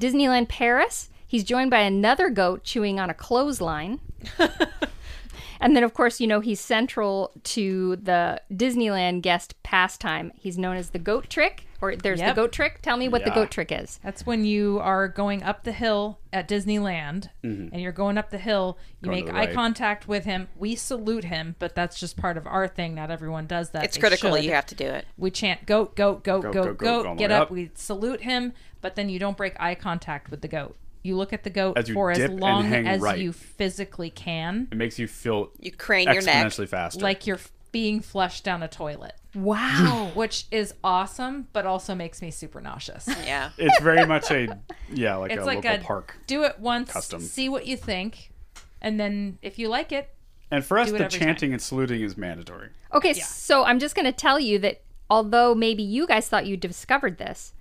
Speaker 4: Disneyland Paris. He's joined by another goat chewing on a clothesline. and then, of course, you know he's central to the Disneyland guest pastime. He's known as the goat trick, or there's
Speaker 1: Yep.
Speaker 4: the goat trick. Tell me what the
Speaker 2: Yeah.
Speaker 4: goat trick is.
Speaker 1: That's when you are going up the hill at Disneyland and you're going up the hill, you
Speaker 2: Mm-hmm. Going to
Speaker 1: make
Speaker 2: the
Speaker 1: eye
Speaker 2: right.
Speaker 1: contact with him. We salute him, but that's just part of our thing. Not everyone does that.
Speaker 3: It's
Speaker 1: They
Speaker 3: critical.
Speaker 1: should.
Speaker 3: You have to do it.
Speaker 1: we chant goat, goat, goat, goat,
Speaker 2: goat,
Speaker 1: goat,
Speaker 2: goat, all the
Speaker 1: get
Speaker 2: way
Speaker 1: up.
Speaker 2: up.
Speaker 1: We salute him, but then you don't break eye contact with the goat. You look at the goat
Speaker 2: As you
Speaker 1: for as
Speaker 2: dip and
Speaker 1: long
Speaker 2: hang
Speaker 1: as
Speaker 2: right.
Speaker 1: you physically can,
Speaker 2: It makes you feel
Speaker 3: You crane your neck.
Speaker 2: exponentially faster.
Speaker 1: like you're f- being flushed down a toilet,
Speaker 4: Wow.
Speaker 1: which is awesome, but also makes me super nauseous.
Speaker 3: Yeah.
Speaker 2: it's very much a yeah, like
Speaker 1: It's
Speaker 2: a
Speaker 1: like
Speaker 2: local
Speaker 1: a
Speaker 2: park.
Speaker 1: do it once,
Speaker 2: Custom.
Speaker 1: see what you think, and then if you like it,
Speaker 2: And for us,
Speaker 1: do it
Speaker 2: the
Speaker 1: every
Speaker 2: chanting and saluting is mandatory.
Speaker 4: Okay, so I'm just going to tell you that although maybe you guys thought you discovered this,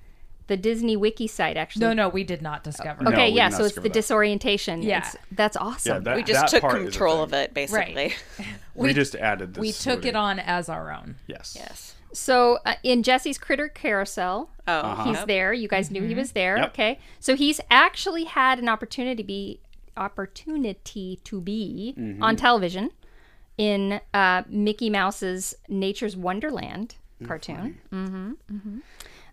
Speaker 4: the Disney Wiki site actually
Speaker 1: no, no, we did not discover.
Speaker 2: No,
Speaker 4: Okay,
Speaker 2: we
Speaker 4: yeah,
Speaker 2: did not
Speaker 4: so it's the
Speaker 2: discover that.
Speaker 4: disorientation.
Speaker 1: Yeah.
Speaker 4: It's, that's
Speaker 2: Yeah,
Speaker 4: awesome.
Speaker 2: that,
Speaker 3: We just
Speaker 2: that
Speaker 3: took
Speaker 2: part is a
Speaker 3: control of
Speaker 2: thing.
Speaker 3: it, basically.
Speaker 2: We, just added. This
Speaker 1: We took it
Speaker 2: saluting.
Speaker 1: on as our own.
Speaker 2: Yes.
Speaker 3: Yes.
Speaker 4: so uh, in Jesse's Critter Carousel,
Speaker 3: Oh,
Speaker 4: he's
Speaker 3: yep.
Speaker 4: there. You guys knew he was there.
Speaker 2: Uh-huh. Yep.
Speaker 4: Okay. So he's actually had an opportunity be opportunity to be
Speaker 2: Mm-hmm.
Speaker 4: on television in uh, Mickey Mouse's Nature's Wonderland cartoon. Mm-hmm, hmm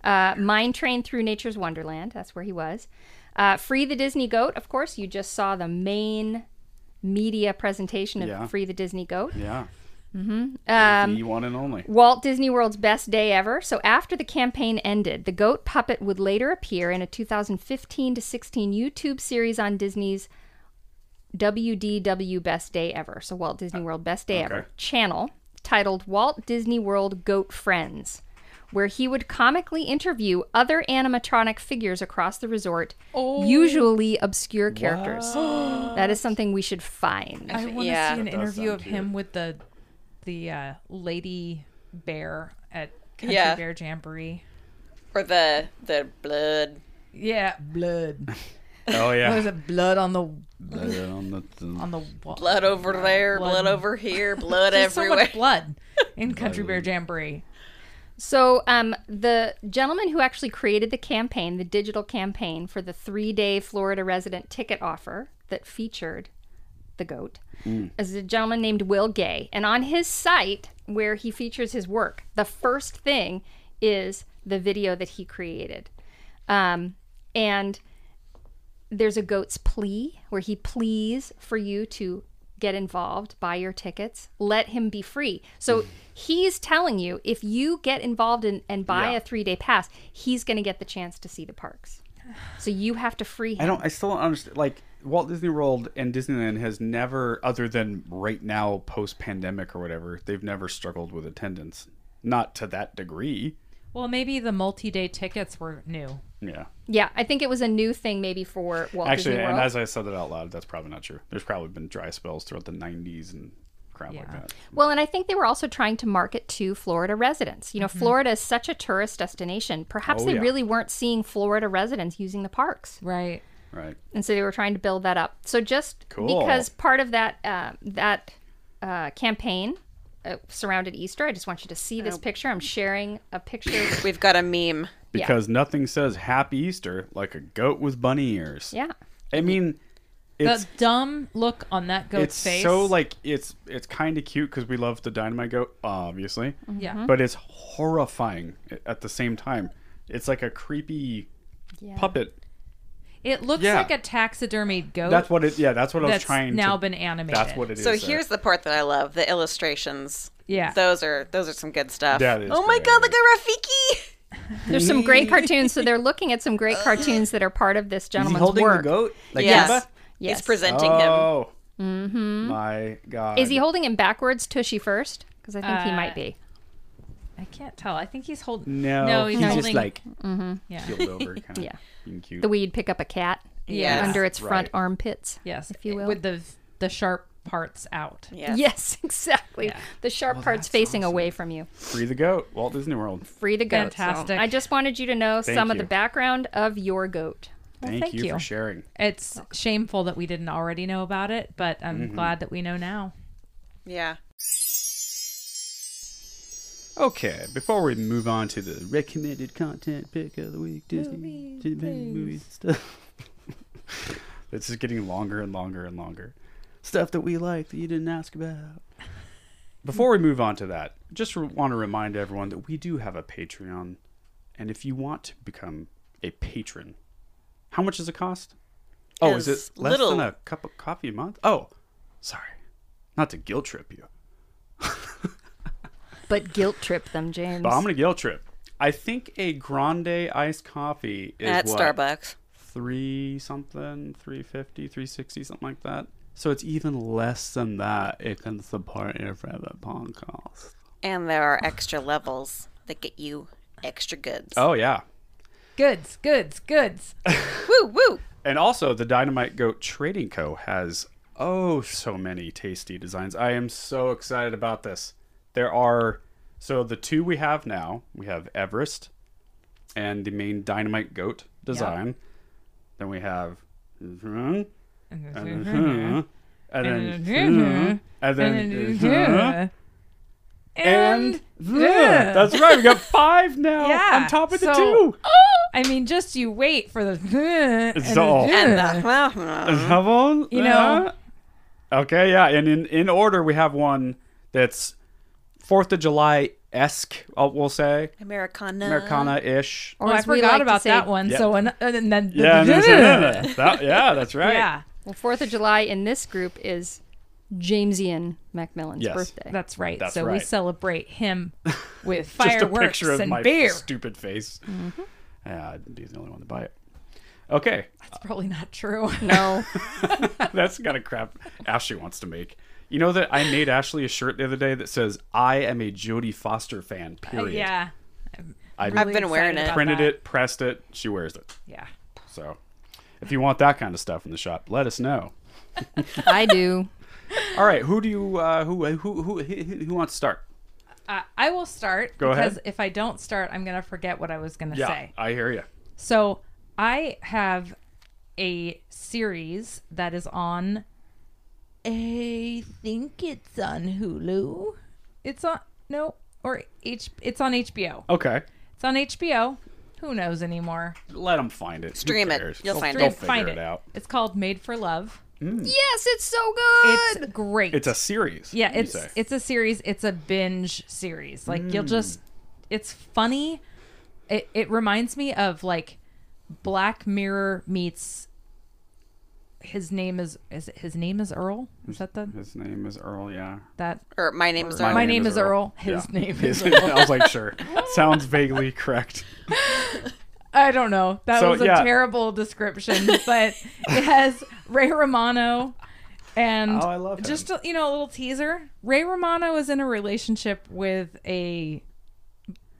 Speaker 4: Uh, Mine Train Through Nature's Wonderland. That's where he was. Uh, Free the Disney Goat. Of course, you just saw the main media presentation of
Speaker 2: Yeah.
Speaker 4: Free the Disney Goat.
Speaker 2: Yeah. Mm-hmm.
Speaker 4: Um,
Speaker 2: the one and only.
Speaker 4: Walt Disney World's best day ever. So after the campaign ended, the goat puppet would later appear in a 2015 to 16 YouTube series on Disney's WDW Best Day Ever. So Walt Disney World Best Day Ever channel titled Walt Disney World Goat Friends, where he would comically interview other animatronic figures across the resort, usually obscure characters. that is something we should find.
Speaker 1: I want to
Speaker 3: yeah.
Speaker 1: see an
Speaker 2: That does
Speaker 1: interview
Speaker 2: sound
Speaker 1: of him with the the uh, lady bear at Country
Speaker 3: Yeah.
Speaker 1: Bear Jamboree.
Speaker 3: Or the the blood.
Speaker 1: Yeah, blood.
Speaker 2: Oh
Speaker 1: There's
Speaker 2: yeah.
Speaker 1: a blood on the
Speaker 2: On the-
Speaker 1: on the wall.
Speaker 3: Blood over there, blood, over here, blood
Speaker 1: There's so
Speaker 3: everywhere.
Speaker 1: much blood in Country Bear Jamboree.
Speaker 4: So, um, the gentleman who actually created the campaign, the digital campaign for the three day Florida resident ticket offer that featured the goat,
Speaker 2: Mm.
Speaker 4: is a gentleman named Will Gay. And on his site, where he features his work, the first thing is the video that he created. Um, and there's a goat's plea where he pleads for you to get involved, buy your tickets, let him be free.
Speaker 2: Mm.
Speaker 4: So he's telling you if you get involved in, and buy a three day pass, he's going to get the chance to see the parks. So you have to free him.
Speaker 2: I don't. I still don't understand. Like Walt Disney World and Disneyland has never, other than right now, post pandemic or whatever, they've never struggled with attendance. Not to that degree.
Speaker 1: Well, maybe the multi-day tickets were new.
Speaker 2: Yeah.
Speaker 4: yeah, I think it was a new thing maybe for Walt
Speaker 2: Actually,
Speaker 4: Disney World.
Speaker 2: and as I said that out loud, that's probably not true. There's probably been dry spells throughout the '90s and crap like
Speaker 1: Yeah.
Speaker 2: that.
Speaker 4: Well, and I think they were also trying to market to Florida residents. You know,
Speaker 5: Mm-hmm.
Speaker 4: Florida is such a tourist destination. Perhaps
Speaker 2: Oh,
Speaker 4: they
Speaker 2: yeah.
Speaker 4: really weren't seeing Florida residents using the parks,
Speaker 1: Right.
Speaker 2: Right.
Speaker 4: and so they were trying to build that up. So just
Speaker 2: Cool.
Speaker 4: because part of that uh, that uh, campaign uh, surrounded Easter, I just want you to see this picture. I'm sharing a picture.
Speaker 3: We've got a meme.
Speaker 2: Because nothing says Happy Easter like a goat with bunny ears.
Speaker 4: yeah.
Speaker 2: I mean, It's
Speaker 1: the dumb look on that goat's
Speaker 2: it's
Speaker 1: face.
Speaker 2: so like it's it's kind of cute because we love the dynamite goat, obviously.
Speaker 1: Yeah.
Speaker 2: But it's horrifying at the same time. It's like a creepy puppet.
Speaker 1: it looks
Speaker 2: yeah.
Speaker 1: like a taxidermied goat.
Speaker 2: That's what it. Yeah, that's what I was
Speaker 1: Oh. that's
Speaker 2: trying.
Speaker 1: now
Speaker 2: to,
Speaker 1: been animated.
Speaker 2: That's what it is.
Speaker 3: So
Speaker 2: there.
Speaker 3: here's the part that I love: the illustrations.
Speaker 1: Yeah.
Speaker 3: those are those are some good stuff.
Speaker 2: That is
Speaker 3: oh my
Speaker 2: great.
Speaker 3: god, look at Rafiki.
Speaker 4: There's some great cartoons, so they're looking at some great cartoons that are part of this
Speaker 5: Is he
Speaker 4: gentleman's
Speaker 5: holding
Speaker 4: work.
Speaker 5: the goat? Like
Speaker 3: Yes.
Speaker 5: Simba?
Speaker 4: Yes.
Speaker 3: He's presenting him.
Speaker 2: Oh.
Speaker 1: Mm-hmm.
Speaker 2: My God.
Speaker 4: Is he holding him backwards, Tushy first? Because I think he
Speaker 1: Uh,
Speaker 4: might be.
Speaker 1: I can't tell. I think he's holding.
Speaker 2: No.
Speaker 1: No, he's
Speaker 5: He's just
Speaker 1: holding- Mm-hmm.
Speaker 5: like
Speaker 1: Yeah.
Speaker 2: keeled over, kind of
Speaker 4: Yeah.
Speaker 2: being cute.
Speaker 4: The way you'd pick up a cat
Speaker 3: Yes.
Speaker 4: under its front
Speaker 2: Right.
Speaker 4: armpits.
Speaker 1: Yes.
Speaker 4: if you will.
Speaker 1: With the the sharp parts out.
Speaker 3: Yes.
Speaker 4: Yes, exactly. The sharp
Speaker 2: Oh,
Speaker 4: part's facing away from you.
Speaker 2: Free the goat. Walt Disney World.
Speaker 4: Free the goat. So
Speaker 1: Fantastic.
Speaker 4: I just wanted you to know
Speaker 2: Thank
Speaker 4: some of the
Speaker 2: you.
Speaker 4: background of your goat.
Speaker 2: thank,
Speaker 1: thank
Speaker 2: you,
Speaker 1: you.
Speaker 2: for sharing.
Speaker 1: It's shameful that we didn't already know about it, but I'm
Speaker 2: Mm-hmm.
Speaker 1: glad that we know now.
Speaker 3: Yeah.
Speaker 2: Okay, before we move on to the recommended content pick of the week, Disney movies, movies and stuff. this is getting longer and longer and longer. Stuff that we like that you didn't ask about. Before we move on to that, just re- want to remind everyone that we do have a Patreon, and if you want to become a patron, how much does it cost? Oh, is
Speaker 3: As
Speaker 2: it less
Speaker 3: little-
Speaker 2: than a cup of coffee a month? Oh, sorry, not to guilt trip you.
Speaker 4: But guilt trip them, James.
Speaker 2: But I'm gonna guilt trip. I think a grande iced coffee is
Speaker 3: At
Speaker 2: what,
Speaker 3: Starbucks.
Speaker 2: three something, 350, 360, something like that. So it's even less than that. It can support your favorite podcast.
Speaker 3: And there are extra levels that get you extra goods.
Speaker 2: Oh yeah,
Speaker 1: Goods, goods, goods.
Speaker 3: Woo woo.
Speaker 2: and also the Dynamite Goat Trading Co. has oh so many tasty designs. I am so excited about this. There are so the two we have now. We have Everest and the main Dynamite Goat design. Then we have. and then Mm-hmm. and
Speaker 1: Mm-hmm.
Speaker 2: then mm-hmm. and then and that's right. We got five now
Speaker 1: mm-hmm. Yeah,
Speaker 2: on top of the
Speaker 1: so-
Speaker 2: two.
Speaker 1: I mean, just you wait for the.
Speaker 2: It's
Speaker 1: and the-
Speaker 2: all-
Speaker 3: And the,
Speaker 2: Have on,
Speaker 1: uh-huh.
Speaker 2: Uh-huh.
Speaker 1: You know.
Speaker 2: Okay, yeah, and in in order we have one that's Fourth of July esque. We'll say
Speaker 1: Uh-huh.
Speaker 3: Americana.
Speaker 2: Americana ish.
Speaker 4: or
Speaker 1: Oh, I
Speaker 4: as we
Speaker 1: forgot
Speaker 4: like to
Speaker 1: about
Speaker 4: say,
Speaker 1: that one.
Speaker 2: Yeah.
Speaker 1: So and, and then
Speaker 2: Yeah, and there's- that- yeah, that's right.
Speaker 1: yeah,
Speaker 4: Well, Fourth of July in this group is Jamesian Macmillan's
Speaker 2: Yes.
Speaker 4: birthday.
Speaker 1: that's right.
Speaker 2: That's
Speaker 1: so we
Speaker 2: right.
Speaker 1: celebrate him with
Speaker 2: Just a
Speaker 1: fireworks
Speaker 2: picture of
Speaker 1: and
Speaker 2: my
Speaker 1: beer. Mm-hmm.
Speaker 2: stupid face. Yeah, I'd be the only one to buy it. Okay,
Speaker 1: That's probably not true.
Speaker 4: no,
Speaker 2: That's the kind of crap Ashley wants to make. You know that I made Ashley a shirt the other day that says "I am a Jodie Foster fan."
Speaker 1: Uh,
Speaker 2: Period.
Speaker 1: yeah,
Speaker 2: I
Speaker 3: I've been wearing
Speaker 1: excited
Speaker 3: it.
Speaker 1: about
Speaker 2: printed
Speaker 1: that.
Speaker 2: it, pressed it. She wears it.
Speaker 1: Yeah.
Speaker 2: So, if you want that kind of stuff in the shop, let us know.
Speaker 4: I do.
Speaker 2: All right, who do you uh, who who who who who wants to start?
Speaker 1: Uh, I will start
Speaker 2: Go ahead.
Speaker 1: because if I don't start, I'm going to forget what I was going to say.
Speaker 2: I hear you.
Speaker 1: So I have a series that is on. I think it's on Hulu. It's on no or H. It's on HBO.
Speaker 2: Okay,
Speaker 1: It's on HBO. Who knows anymore?
Speaker 2: let them find it. Who
Speaker 3: Stream it.
Speaker 2: cares?
Speaker 3: You'll
Speaker 2: They'll-
Speaker 3: find it.
Speaker 2: they'll
Speaker 1: Stream- find
Speaker 2: figure it out.
Speaker 1: It's called Made for Love.
Speaker 4: Yes, it's so good.
Speaker 1: It's great.
Speaker 2: It's a series.
Speaker 1: Yeah,
Speaker 2: you
Speaker 1: it's
Speaker 2: say. Hmm.
Speaker 1: it's a series. It's a binge series. Like you'll just, it's funny. It it reminds me of like Black Mirror meets. His name is is it, his name is Earl. Is that the
Speaker 2: His name is Earl. Yeah.
Speaker 1: that
Speaker 3: Or my name's
Speaker 1: my
Speaker 3: Earl.
Speaker 1: name is Earl. His
Speaker 2: Yeah.
Speaker 1: name
Speaker 2: His-
Speaker 1: is.
Speaker 2: I was like, sure. Sounds vaguely correct.
Speaker 1: I don't know. That
Speaker 2: So,
Speaker 1: was a
Speaker 2: yeah.
Speaker 1: terrible description, but it has Ray Romano and
Speaker 2: Oh, I love him.
Speaker 1: just a, you know a little teaser. Ray Romano is in a relationship with a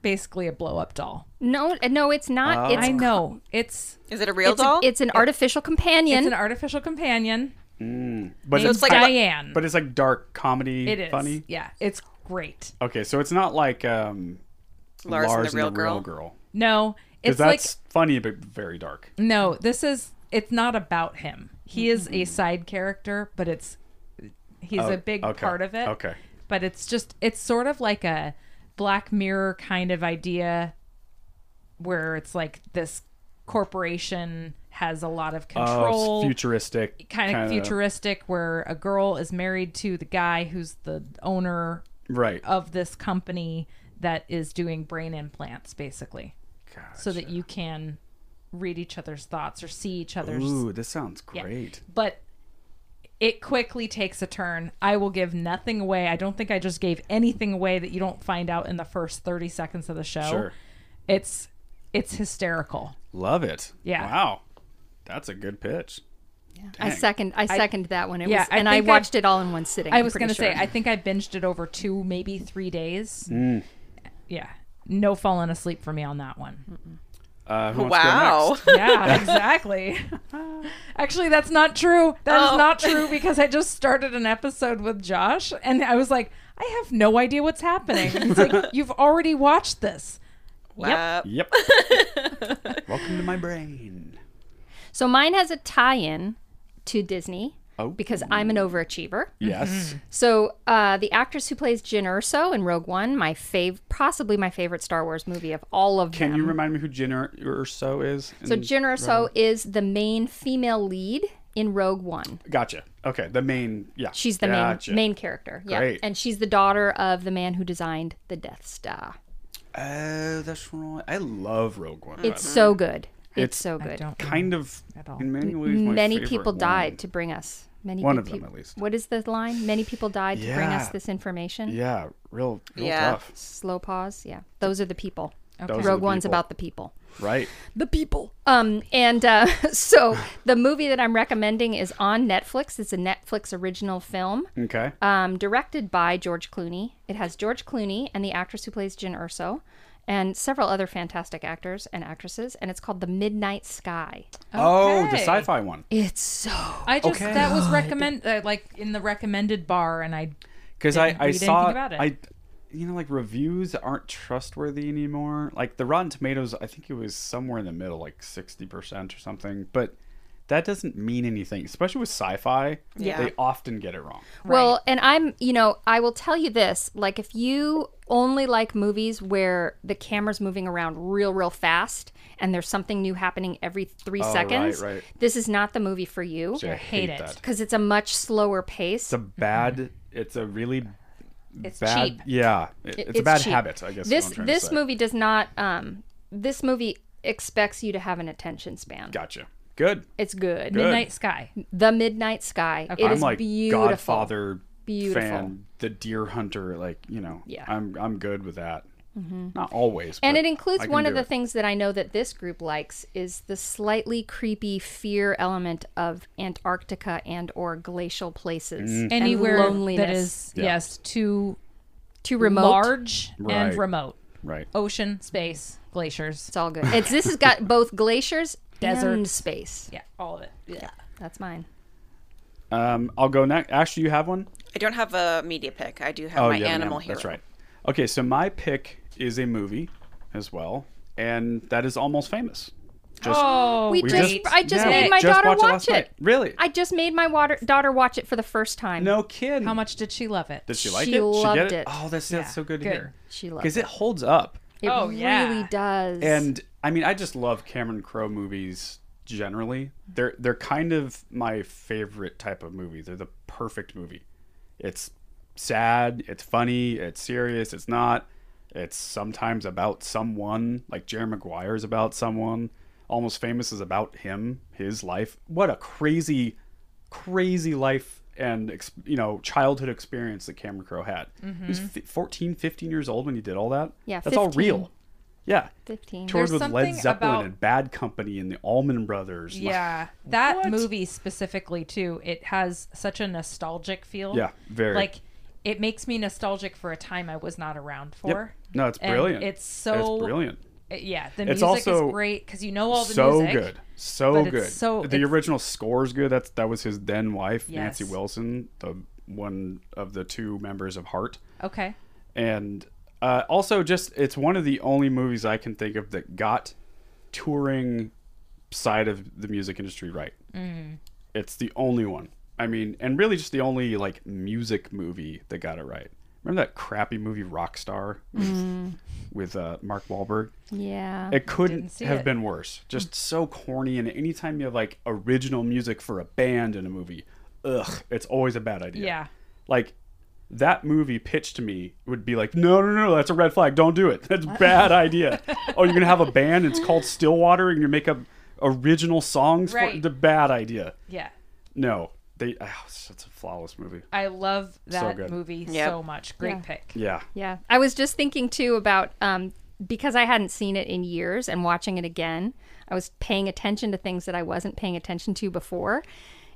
Speaker 1: basically a blow up doll.
Speaker 4: no, uh, no, it's
Speaker 2: Oh.
Speaker 4: not. it's
Speaker 1: I know it's
Speaker 3: Is it a real
Speaker 4: It's, a-
Speaker 3: doll?
Speaker 4: it's an artificial companion.
Speaker 1: it's an artificial companion.
Speaker 2: But
Speaker 1: named
Speaker 2: it's,
Speaker 3: it's like-
Speaker 1: Diane.
Speaker 2: but it's like dark comedy.
Speaker 1: it is
Speaker 2: funny.
Speaker 1: Yeah, it's great.
Speaker 2: Okay, so it's not like um, Lars, and the Real Girl.
Speaker 1: No,
Speaker 2: 'Cause
Speaker 1: it's like
Speaker 2: that's funny but very dark.
Speaker 1: no. This is it's not about him. He is a side character, but it's he's a big
Speaker 2: Oh, okay.
Speaker 1: part of it.
Speaker 2: Okay.
Speaker 1: but it's just it's sort of like a Black Mirror kind of idea where it's like this corporation has a lot of
Speaker 2: Oh,
Speaker 1: control.
Speaker 2: it's futuristic.
Speaker 1: kind of futuristic where a girl is married to the guy who's the owner
Speaker 2: Right.
Speaker 1: of this company that is doing brain implants basically so that you can read each other's thoughts or see each other's
Speaker 2: Ooh, this sounds great.
Speaker 1: but it quickly takes a turn. I will give nothing away. I don't think I just gave anything away that you don't find out in the first 30 seconds of the show.
Speaker 2: Sure.
Speaker 1: It's it's hysterical.
Speaker 2: Love it.
Speaker 1: Yeah.
Speaker 2: Wow. That's a good pitch.
Speaker 4: I
Speaker 2: Dang.
Speaker 4: second I second that one. It
Speaker 1: Yeah,
Speaker 4: was,
Speaker 1: I
Speaker 4: and I
Speaker 1: think I-
Speaker 4: watched it all in one sitting.
Speaker 1: I
Speaker 4: I'm
Speaker 1: was
Speaker 4: pretty
Speaker 1: going to say
Speaker 4: sure.
Speaker 1: I think I binged it over 2 maybe 3 days.
Speaker 4: Mm.
Speaker 1: Yeah. No falling asleep for me on that one.
Speaker 2: Uh, who wants to go
Speaker 3: Wow.
Speaker 2: next?
Speaker 1: Yeah, exactly. Actually, that's not true. That is
Speaker 3: Oh.
Speaker 1: not true because I just started an episode with Josh and I was like, I have no idea what's happening. And He's like, You've already watched this.
Speaker 3: Wow.
Speaker 2: Yep. Welcome to my brain.
Speaker 4: so. Mine has a tie-in to Disney
Speaker 2: Oh.
Speaker 4: because I'm an overachiever.
Speaker 2: Yes.
Speaker 4: So uh, the actress who plays Jyn Erso in Rogue One, my fav, possibly my favorite Star Wars movie of all of
Speaker 2: Can
Speaker 4: them.
Speaker 2: you remind me who Jin Ur- Urso is?
Speaker 4: so
Speaker 2: in-
Speaker 4: Jyn Erso is the main female lead in Rogue One.
Speaker 2: Gotcha. Okay. The main. Yeah.
Speaker 4: She's the
Speaker 2: gotcha.
Speaker 4: main main character. Yeah,
Speaker 2: Great.
Speaker 4: and she's the daughter of the man who designed the Death Star.
Speaker 2: Oh, that's right. I love Rogue One. by
Speaker 4: It's
Speaker 2: the way.
Speaker 4: so good. It's,
Speaker 2: It's-
Speaker 4: so good.
Speaker 1: Don't
Speaker 2: kind of
Speaker 1: At all.
Speaker 2: in many ways. my
Speaker 4: Many
Speaker 2: favorite
Speaker 4: people
Speaker 2: one.
Speaker 4: died to bring us. Many
Speaker 2: One of
Speaker 4: peop-
Speaker 2: them, at least.
Speaker 4: What is the line? Many people died to bring us
Speaker 2: Yeah.
Speaker 4: this information.
Speaker 2: Yeah. Real. real
Speaker 3: Yeah.
Speaker 2: Tough.
Speaker 4: Slow pause. Yeah, those are the people.
Speaker 2: Those are the
Speaker 4: Rogue One's
Speaker 2: people.
Speaker 4: about the people.
Speaker 2: Right.
Speaker 4: the people. Um, and uh, so the movie that I'm recommending is on Netflix. It's a Netflix original film,
Speaker 2: Okay.
Speaker 1: Uh,
Speaker 4: um, directed by George Clooney. It has George Clooney and the actress who plays Jyn Urso, and several other fantastic actors and actresses. And it's called The Midnight Sky.
Speaker 2: Oh, the
Speaker 1: Okay.
Speaker 2: sci-fi one.
Speaker 4: It's so
Speaker 1: I just
Speaker 2: Okay.
Speaker 1: that was recommend uh, like in the recommended bar, and I
Speaker 2: because I,
Speaker 1: didn't
Speaker 2: I
Speaker 1: read anything
Speaker 2: saw
Speaker 1: about it.
Speaker 2: I you know like reviews aren't trustworthy anymore. Like the Rotten Tomatoes, I think it was somewhere in the middle, like sixty percent or something. But that doesn't mean anything, especially with sci-fi.
Speaker 3: Yeah.
Speaker 2: they often get it wrong.
Speaker 4: Well, and I'm, you know, I will tell you this like, if you only like movies where the camera's moving around real, real fast and there's something new happening every three
Speaker 2: Oh, right,
Speaker 4: seconds,
Speaker 2: right.
Speaker 4: this is not the movie for you
Speaker 2: I
Speaker 1: hate it.
Speaker 2: that.
Speaker 4: because it's a much slower pace.
Speaker 2: It's a bad. It's a really
Speaker 4: Mm-hmm. It's
Speaker 2: bad.
Speaker 4: cheap.
Speaker 2: Yeah, it- it's,
Speaker 4: It-
Speaker 2: a bad
Speaker 4: cheap.
Speaker 2: habit. I guess is
Speaker 4: This
Speaker 2: what I'm trying to
Speaker 4: this
Speaker 2: say.
Speaker 4: movie does not. Um, this movie expects you to have an attention span.
Speaker 2: Gotcha. Good.
Speaker 4: It's good.
Speaker 1: Midnight Sky.
Speaker 4: The Midnight Sky. It
Speaker 2: I'm
Speaker 4: is
Speaker 2: like
Speaker 4: beautiful.
Speaker 2: Godfather
Speaker 4: Beautiful.
Speaker 2: fan. The Deer Hunter. Like you know.
Speaker 4: Yeah.
Speaker 2: I'm
Speaker 4: Mm-hmm.
Speaker 2: I'm good with that. Not always.
Speaker 4: And
Speaker 2: but
Speaker 4: it
Speaker 2: I
Speaker 4: includes
Speaker 2: can
Speaker 4: one
Speaker 2: do
Speaker 4: of the
Speaker 2: it.
Speaker 4: things that I know that this group likes is the slightly creepy fear element of Antarctica and or glacial places.
Speaker 2: Mm-hmm.
Speaker 4: and
Speaker 1: Anywhere
Speaker 4: loneliness.
Speaker 1: that is
Speaker 2: Yeah.
Speaker 1: yes too
Speaker 4: too remote.
Speaker 1: large
Speaker 2: Right.
Speaker 1: and remote.
Speaker 2: Right.
Speaker 4: Oh.
Speaker 1: Ocean, space, glaciers.
Speaker 4: It's all good. It's this has got both glaciers and
Speaker 1: Deserts.
Speaker 4: space.
Speaker 1: Yeah, all of it. Yeah.
Speaker 4: That's mine.
Speaker 2: Um, I'll go next. Ash, do you have one? Oh,
Speaker 3: I don't have a media pick. I do have my
Speaker 2: you have an
Speaker 3: animal
Speaker 2: anim-
Speaker 3: hero.
Speaker 2: That's right. Okay, so my pick is a movie as well, and that is almost famous. Just,
Speaker 1: Oh,
Speaker 4: We, just
Speaker 1: great.
Speaker 4: I just
Speaker 2: yeah,
Speaker 4: made
Speaker 2: we
Speaker 4: my
Speaker 2: just
Speaker 4: daughter
Speaker 2: watched
Speaker 4: watch
Speaker 2: last
Speaker 4: it.
Speaker 2: night. Really?
Speaker 4: I just made my water, daughter watch it for the first time.
Speaker 2: no kid.
Speaker 1: How much did she love it?
Speaker 2: did she like
Speaker 4: She
Speaker 2: it? Did
Speaker 4: loved
Speaker 2: she get it?
Speaker 4: it.
Speaker 2: Oh, that's that's so good, to
Speaker 1: good.
Speaker 2: hear.
Speaker 4: She loved
Speaker 2: because it holds up.
Speaker 4: It
Speaker 1: Oh, yeah.
Speaker 4: really does.
Speaker 2: And I mean, I just love Cameron Crowe movies generally. They're they're kind of my favorite type of movie. They're the perfect movie. It's sad, it's funny, it's serious, it's not. It's sometimes about someone, like Jerry Maguire is about someone. Almost Famous is about him, his life. What a crazy, crazy life and ex- you know childhood experience that Cameron Crowe had. He was fi 14, 15 years old when he did all that.
Speaker 4: Yeah,
Speaker 2: that's all
Speaker 4: 15.
Speaker 2: real. Yeah.
Speaker 4: 15.
Speaker 2: Toured
Speaker 1: There's
Speaker 2: with Led
Speaker 1: something
Speaker 2: Zeppelin
Speaker 1: about-
Speaker 2: and Bad Company and the Allman Brothers. Like-
Speaker 1: Yeah, that movie specifically too. It has such a nostalgic feel.
Speaker 2: Yeah, very.
Speaker 1: Like it makes me nostalgic for a time I was not around for.
Speaker 2: No, it's
Speaker 1: And
Speaker 2: brilliant.
Speaker 1: It's so Uh,
Speaker 2: It's brilliant.
Speaker 1: Yeah, the
Speaker 2: It's
Speaker 1: music
Speaker 2: also
Speaker 1: is great because you know all the
Speaker 2: so
Speaker 1: music.
Speaker 2: good. So
Speaker 1: but it's
Speaker 2: good.
Speaker 1: so-
Speaker 2: the
Speaker 1: it's-
Speaker 2: original score's good. That's that was his then wife, Nancy
Speaker 1: Yes.
Speaker 2: Wilson, the one of the two members of Heart.
Speaker 1: Okay.
Speaker 2: and uh, also just it's one of the only movies I can think of that got touring side of the music industry right.
Speaker 1: Mm.
Speaker 2: It's the only one. I mean, and really just the only like music movie that got it right. Remember that crappy movie Rockstar with, with uh, Mark Wahlberg?
Speaker 4: Yeah.
Speaker 2: It couldn't
Speaker 1: Mm. Didn't see
Speaker 2: have
Speaker 1: it.
Speaker 2: been worse. Just so corny. And anytime you have like original music for a band in a movie, ugh, it's always a bad idea.
Speaker 1: Yeah.
Speaker 2: Like that movie pitched to me would be like, no, no, no, that's a red flag. Don't do it. That's a bad idea. oh, you're gonna have a band. It's called Stillwater, and you make up original songs. For
Speaker 1: Right.
Speaker 2: the bad idea.
Speaker 1: Yeah.
Speaker 2: No, they. ah, it's such a flawless movie.
Speaker 1: I love that
Speaker 2: good.
Speaker 1: movie
Speaker 3: Yep.
Speaker 1: so much. Great pick.
Speaker 2: Yeah.
Speaker 4: Yeah. I was just thinking too about um, because I hadn't seen it in years and watching it again, I was paying attention to things that I wasn't paying attention to before.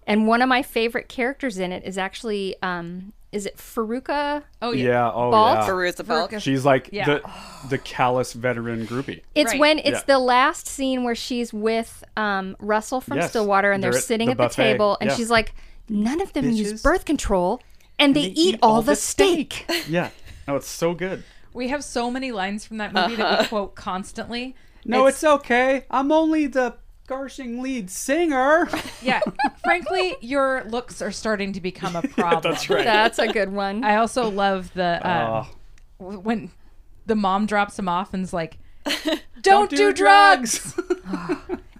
Speaker 4: And one of my favorite characters in it is actually, um, is it Faruka?
Speaker 1: Oh
Speaker 2: Yeah. Oh
Speaker 4: Bald?
Speaker 2: yeah.
Speaker 3: For Roosevelt.
Speaker 2: She's like
Speaker 1: Yeah.
Speaker 2: the the callous veteran groupie.
Speaker 4: It's
Speaker 1: Right.
Speaker 4: when it's
Speaker 2: Yeah.
Speaker 4: the last scene where she's with um, Russell from
Speaker 2: Yes.
Speaker 4: Stillwater and they're,
Speaker 2: They're at
Speaker 4: sitting
Speaker 2: the
Speaker 4: at the
Speaker 2: buffet.
Speaker 4: table and
Speaker 2: Yeah.
Speaker 4: she's like, none of them use
Speaker 2: Bitches.
Speaker 4: birth control and they, eat, all the steak.
Speaker 2: Yeah. No, it's so good.
Speaker 1: We have so many lines from that movie that we quote constantly.
Speaker 2: No, it's, okay. I'm only the Garshing lead singer.
Speaker 1: yeah. Frankly, your looks are starting to become a problem.
Speaker 2: That's right.
Speaker 4: That's a good one.
Speaker 1: I also love the um, w when the mom drops him off and's like, "Don't, do drugs."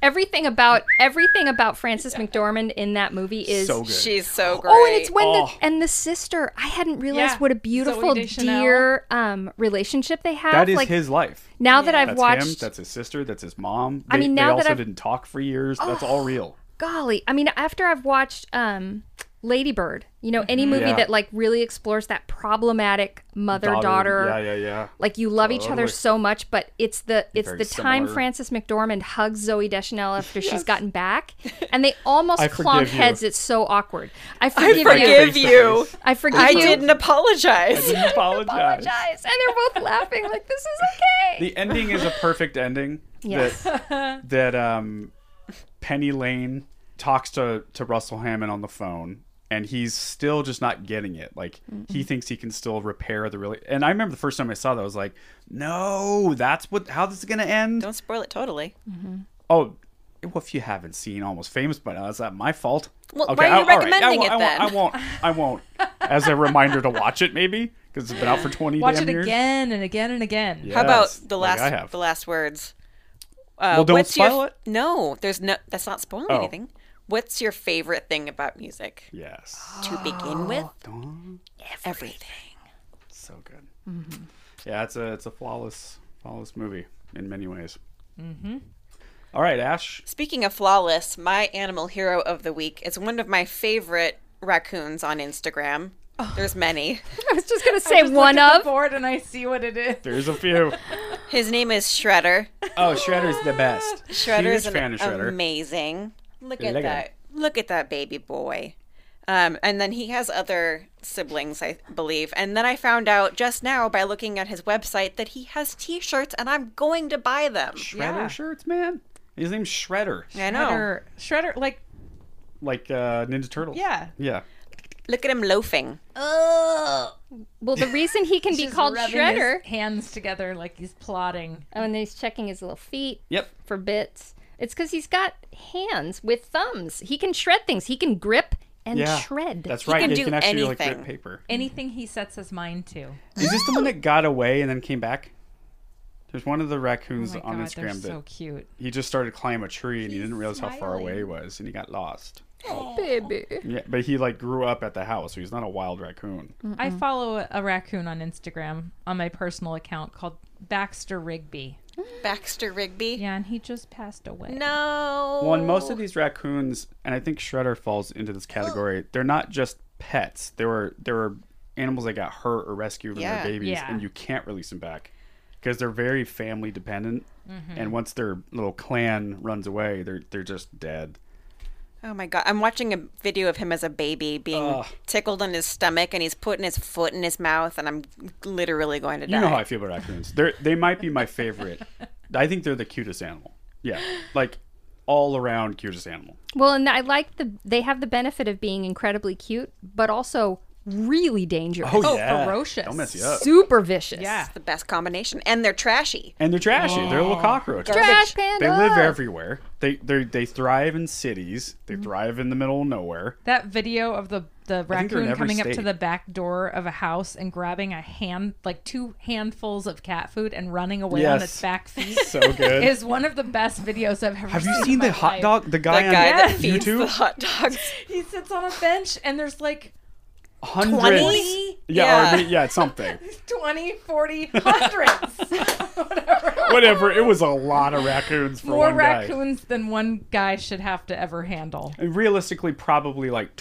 Speaker 4: everything about everything about Frances McDormand in that movie is
Speaker 2: so good.
Speaker 3: She's so great.
Speaker 4: Oh, and it's when
Speaker 2: Oh.
Speaker 4: the and the sister. I hadn't realized
Speaker 1: Yeah.
Speaker 4: what a beautiful,
Speaker 1: Zooey Deschanel.
Speaker 4: dear um, relationship they have.
Speaker 2: that is
Speaker 4: like
Speaker 2: his life.
Speaker 4: now that I've
Speaker 2: That's him.
Speaker 4: watched.
Speaker 2: That's his sister. That's his mom. They,
Speaker 4: I mean,
Speaker 2: they
Speaker 4: now that
Speaker 2: also
Speaker 4: I've- Oh,
Speaker 2: didn't talk for years. That's all real.
Speaker 4: golly, I mean, after I've watched um, Ladybird, you know, any movie
Speaker 2: Mm-hmm. Yeah.
Speaker 4: that like really explores that problematic mother daughter.
Speaker 2: Yeah, yeah, yeah.
Speaker 4: Like you love each
Speaker 2: Totally.
Speaker 4: other so much, but it's the it's
Speaker 2: Very
Speaker 4: the time
Speaker 2: similar.
Speaker 4: Frances McDormand hugs Zoe Deschanel after she's gotten back, and they almost
Speaker 2: I
Speaker 4: clonk
Speaker 2: forgive you.
Speaker 4: heads. It's so awkward. I forgive,
Speaker 3: forgive
Speaker 4: you.
Speaker 2: Face to
Speaker 3: you.
Speaker 2: face.
Speaker 4: I forgive
Speaker 3: I
Speaker 4: you.
Speaker 3: didn't apologize.
Speaker 2: Didn't apologize.
Speaker 4: apologize. And they're both laughing like this is okay.
Speaker 2: The ending is a perfect ending.
Speaker 4: Yes.
Speaker 2: That, that um, Penny Lane talks to, to Russell Hammond on the phone, and he's still just not getting it. Like he thinks he can still repair the really. And I remember the first time I saw that, I was like, "No, that's what. How this is gonna end?
Speaker 3: Don't spoil it totally.
Speaker 2: Oh, well, if you haven't seen Almost Famous by now, is that my fault?
Speaker 3: Well, why are you
Speaker 2: all I
Speaker 3: recommending
Speaker 2: won't-
Speaker 3: it then?
Speaker 2: I won't, I won't. I won't. As a reminder to watch it, maybe because it's been out for twenty
Speaker 1: Watch
Speaker 2: damn
Speaker 1: it
Speaker 2: years.
Speaker 1: again and again and again.
Speaker 2: Yes,
Speaker 3: How about the
Speaker 2: like
Speaker 3: last
Speaker 2: I have.
Speaker 3: the last words? Uh,
Speaker 2: Well, don't
Speaker 3: your-
Speaker 2: spoil it.
Speaker 3: No, there's no. That's not spoiling
Speaker 2: Oh.
Speaker 3: anything. What's your favorite thing about music?
Speaker 2: yes,
Speaker 3: To begin with, everything.
Speaker 2: so good.
Speaker 3: Mm-hmm.
Speaker 2: Yeah, it's a it's a flawless flawless movie in many ways. Mm-hmm. right, Ash.
Speaker 3: Speaking of flawless, my animal hero of the week is one of my favorite raccoons on Instagram.
Speaker 4: Oh.
Speaker 3: There's many.
Speaker 4: I was just gonna say
Speaker 1: Just
Speaker 4: one
Speaker 1: look at the
Speaker 4: of.
Speaker 1: board and I see what it is.
Speaker 2: There's a few.
Speaker 3: His name is Shredder.
Speaker 2: oh, Shredder's the best.
Speaker 3: Shredder's
Speaker 2: Huge
Speaker 3: an
Speaker 2: fan of Shredder.
Speaker 3: amazing. Look at
Speaker 2: Look at
Speaker 3: that.
Speaker 2: him.
Speaker 3: Look at that baby boy. Um, and then he has other siblings, I believe. And then I found out just now by looking at his website that he has T-shirts, and I'm going to buy them.
Speaker 2: Shredder
Speaker 1: Yeah.
Speaker 2: shirts, man. His name's Shredder,
Speaker 3: I know.
Speaker 1: Shredder, Shredder, like
Speaker 2: like uh, Ninja Turtles.
Speaker 1: yeah,
Speaker 2: Yeah.
Speaker 3: Look at him loafing.
Speaker 4: Well, the reason he can be called
Speaker 1: rubbing his
Speaker 4: Shredder.
Speaker 1: hands together like he's plotting.
Speaker 4: Oh, and then he's checking his little feet
Speaker 2: Yep.
Speaker 4: for bits. It's because he's got hands with thumbs. He can shred things. He can grip and
Speaker 2: Yeah.
Speaker 4: shred.
Speaker 2: That's right.
Speaker 3: can
Speaker 2: He
Speaker 3: do
Speaker 2: can actually like
Speaker 3: anything.
Speaker 2: rip paper.
Speaker 1: Anything he sets his mind to.
Speaker 2: Is this the one that got away and then came back? There's one of the raccoons
Speaker 1: Oh my
Speaker 2: on
Speaker 1: god, they're
Speaker 2: Instagram that
Speaker 1: so cute.
Speaker 2: he just started climbing a tree and he didn't realize how far away he was and he got lost.
Speaker 4: baby.
Speaker 2: Yeah, but he like grew up at the house, so he's not a wild raccoon.
Speaker 1: I follow a raccoon on Instagram on my personal account called Baxter Rigby.
Speaker 3: Baxter Rigby.
Speaker 1: Yeah, and he just passed away.
Speaker 3: No.
Speaker 2: Well, and most of these raccoons, and I think Shredder falls into this category. They're not just pets. There were there were animals that got hurt or rescued when they
Speaker 3: Yeah.
Speaker 2: were babies,
Speaker 1: Yeah.
Speaker 2: and you can't release them back because they're very family dependent.
Speaker 1: Mm-hmm.
Speaker 2: And once their little clan runs away, they're they're just dead.
Speaker 3: Oh my god! I'm watching a video of him as a baby being tickled on his stomach, and he's putting his foot in his mouth, and I'm literally going to die.
Speaker 2: You know how I feel about raccoons. They are they might be my favorite. I think they're the cutest animal. Yeah, like all around cutest animal.
Speaker 4: Well, and I like the they have the benefit of being incredibly cute, but also really dangerous.
Speaker 1: Oh,
Speaker 2: yeah.
Speaker 1: ferocious.
Speaker 2: They'll mess you up.
Speaker 4: Super vicious.
Speaker 1: Yeah.
Speaker 3: the best combination. And they're trashy.
Speaker 2: And they're trashy. They're
Speaker 1: Oh.
Speaker 2: little cockroaches.
Speaker 4: Trash
Speaker 2: They
Speaker 4: panda.
Speaker 2: live everywhere. They they they thrive in cities. They thrive in the middle of nowhere.
Speaker 1: That video of the the
Speaker 2: think they're in
Speaker 1: raccoon
Speaker 2: every
Speaker 1: coming up to
Speaker 2: state.
Speaker 1: the back door of a house and grabbing a hand, like two handfuls of cat food, and running away on
Speaker 2: Yes.
Speaker 1: its back feet
Speaker 2: So good.
Speaker 1: is one of the best videos I've ever.
Speaker 2: Have
Speaker 1: seen
Speaker 2: you
Speaker 1: in
Speaker 2: seen
Speaker 1: my
Speaker 2: the hot
Speaker 1: life.
Speaker 2: dog? The guy,
Speaker 3: The guy
Speaker 2: on
Speaker 3: that feeds
Speaker 2: YouTube.
Speaker 3: the hot dogs.
Speaker 1: He sits on a bench, and there's like
Speaker 2: Hundreds.
Speaker 3: 20?
Speaker 2: Yeah, yeah. Or,
Speaker 3: Yeah.
Speaker 2: yeah, it's something.
Speaker 1: 20, 40, hundreds.
Speaker 2: Whatever. It was a lot of raccoons for
Speaker 1: More
Speaker 2: one guy.
Speaker 1: raccoons than one guy should have to ever handle.
Speaker 2: And realistically, probably like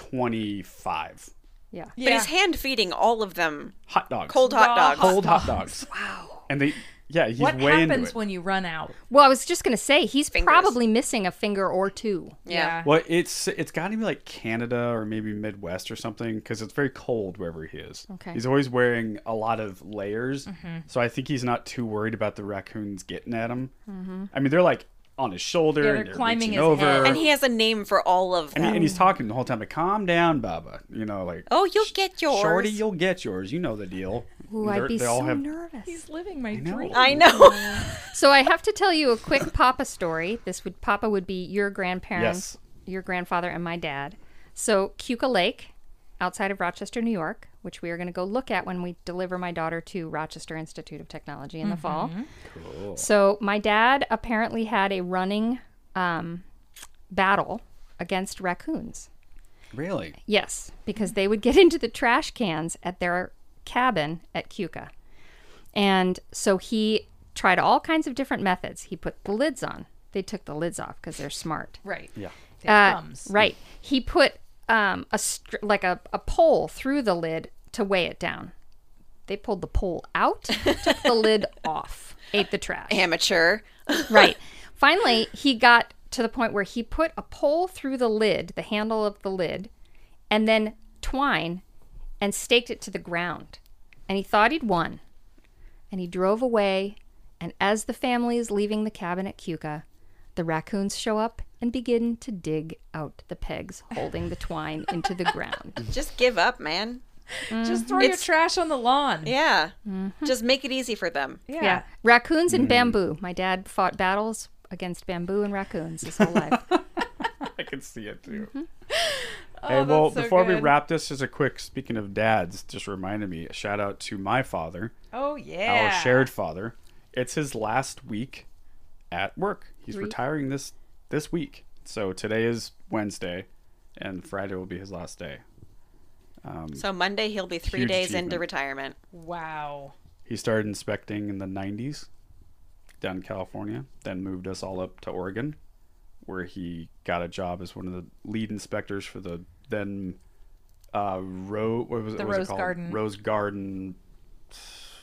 Speaker 2: twenty-five
Speaker 4: Yeah.
Speaker 3: But he's hand feeding all of them
Speaker 2: hot dogs.
Speaker 3: cold hot
Speaker 1: Raw
Speaker 3: dogs.
Speaker 2: Cold hot dogs. Wow. And they, yeah, he's
Speaker 1: what
Speaker 2: way into
Speaker 1: happens
Speaker 2: it.
Speaker 1: when you run out?
Speaker 4: Well, I was just gonna say he's
Speaker 3: Fingers.
Speaker 4: probably missing a finger or two.
Speaker 3: Yeah.
Speaker 2: Well, it's it's got to be like Canada or maybe Midwest or something because it's very cold wherever he is.
Speaker 4: Okay.
Speaker 2: He's always wearing a lot of layers, so I think he's not too worried about the raccoons getting at him. I mean, they're like on his shoulder.
Speaker 1: Yeah,
Speaker 2: and
Speaker 1: they're
Speaker 2: they're
Speaker 1: climbing
Speaker 2: reaching
Speaker 1: his
Speaker 2: over.
Speaker 1: head.
Speaker 3: And he has a name for all of
Speaker 2: And,
Speaker 3: them.
Speaker 2: he- and he's talking the whole time, like, calm down, Baba. You know, like,
Speaker 3: oh, you'll get yours.
Speaker 2: Shorty, you'll get yours. You know the deal.
Speaker 4: Ooh, I'd
Speaker 2: They're-
Speaker 4: be
Speaker 2: they
Speaker 4: so
Speaker 2: all have-
Speaker 4: nervous.
Speaker 1: He's living my
Speaker 2: know.
Speaker 1: dream.
Speaker 3: I know.
Speaker 4: So I have to tell you a quick Papa story. This would Papa would be your grandparents,
Speaker 2: Yes.
Speaker 4: your grandfather, and my dad. So Cuca Lake, outside of Rochester, New York, which we are going to go look at when we deliver my daughter to Rochester Institute of Technology in the fall. Cool. So my dad apparently had a running um, battle against raccoons.
Speaker 2: Really?
Speaker 4: Yes, because they would get into the trash cans at their cabin at Cuca. And so he tried all kinds of different methods. He put the lids on. They took the lids off because they're smart.
Speaker 1: Right. Yeah.
Speaker 4: Uh,
Speaker 1: thumbs.
Speaker 4: Right. He put um, a str- like a, a pole through the lid to weigh it down. They pulled the pole out, took the lid off, ate the trash.
Speaker 3: Amateur.
Speaker 4: Right. Finally, he got to the point where he put a pole through the lid, the handle of the lid, and then twine and staked it to the ground. And he thought he'd won. And he drove away. And as the family is leaving the cabin at Cuca, the raccoons show up and begin to dig out the pegs holding the twine into the ground.
Speaker 3: Just give up, man.
Speaker 1: Just throw your
Speaker 3: Mm-hmm. It's-
Speaker 1: trash on the lawn.
Speaker 3: Yeah. Just make it easy for them.
Speaker 1: Yeah.
Speaker 4: Yeah. Raccoons
Speaker 2: Mm.
Speaker 4: and bamboo. My dad fought battles against bamboo and raccoons his whole life.
Speaker 2: I can see it too. hey, well,
Speaker 1: that's so
Speaker 2: before we
Speaker 1: good.
Speaker 2: wrap this, as a quick speaking of dads, just reminded me a shout out to my father,
Speaker 1: Oh
Speaker 2: our
Speaker 1: yeah.
Speaker 2: shared father. It's his last week at work. He's retiring this this week. So today is Wednesday, and Friday will be his last day.
Speaker 3: So Monday he'll be three
Speaker 2: Huge
Speaker 3: days into
Speaker 2: achievement.
Speaker 3: retirement.
Speaker 1: Wow.
Speaker 2: He started inspecting in the 90s down in California, then moved us all up to Oregon, where he got a job as one of the lead inspectors for the then uh, Rose what was it,
Speaker 1: The
Speaker 2: what was it
Speaker 1: Rose
Speaker 2: called?
Speaker 1: Garden.
Speaker 2: Rose Garden,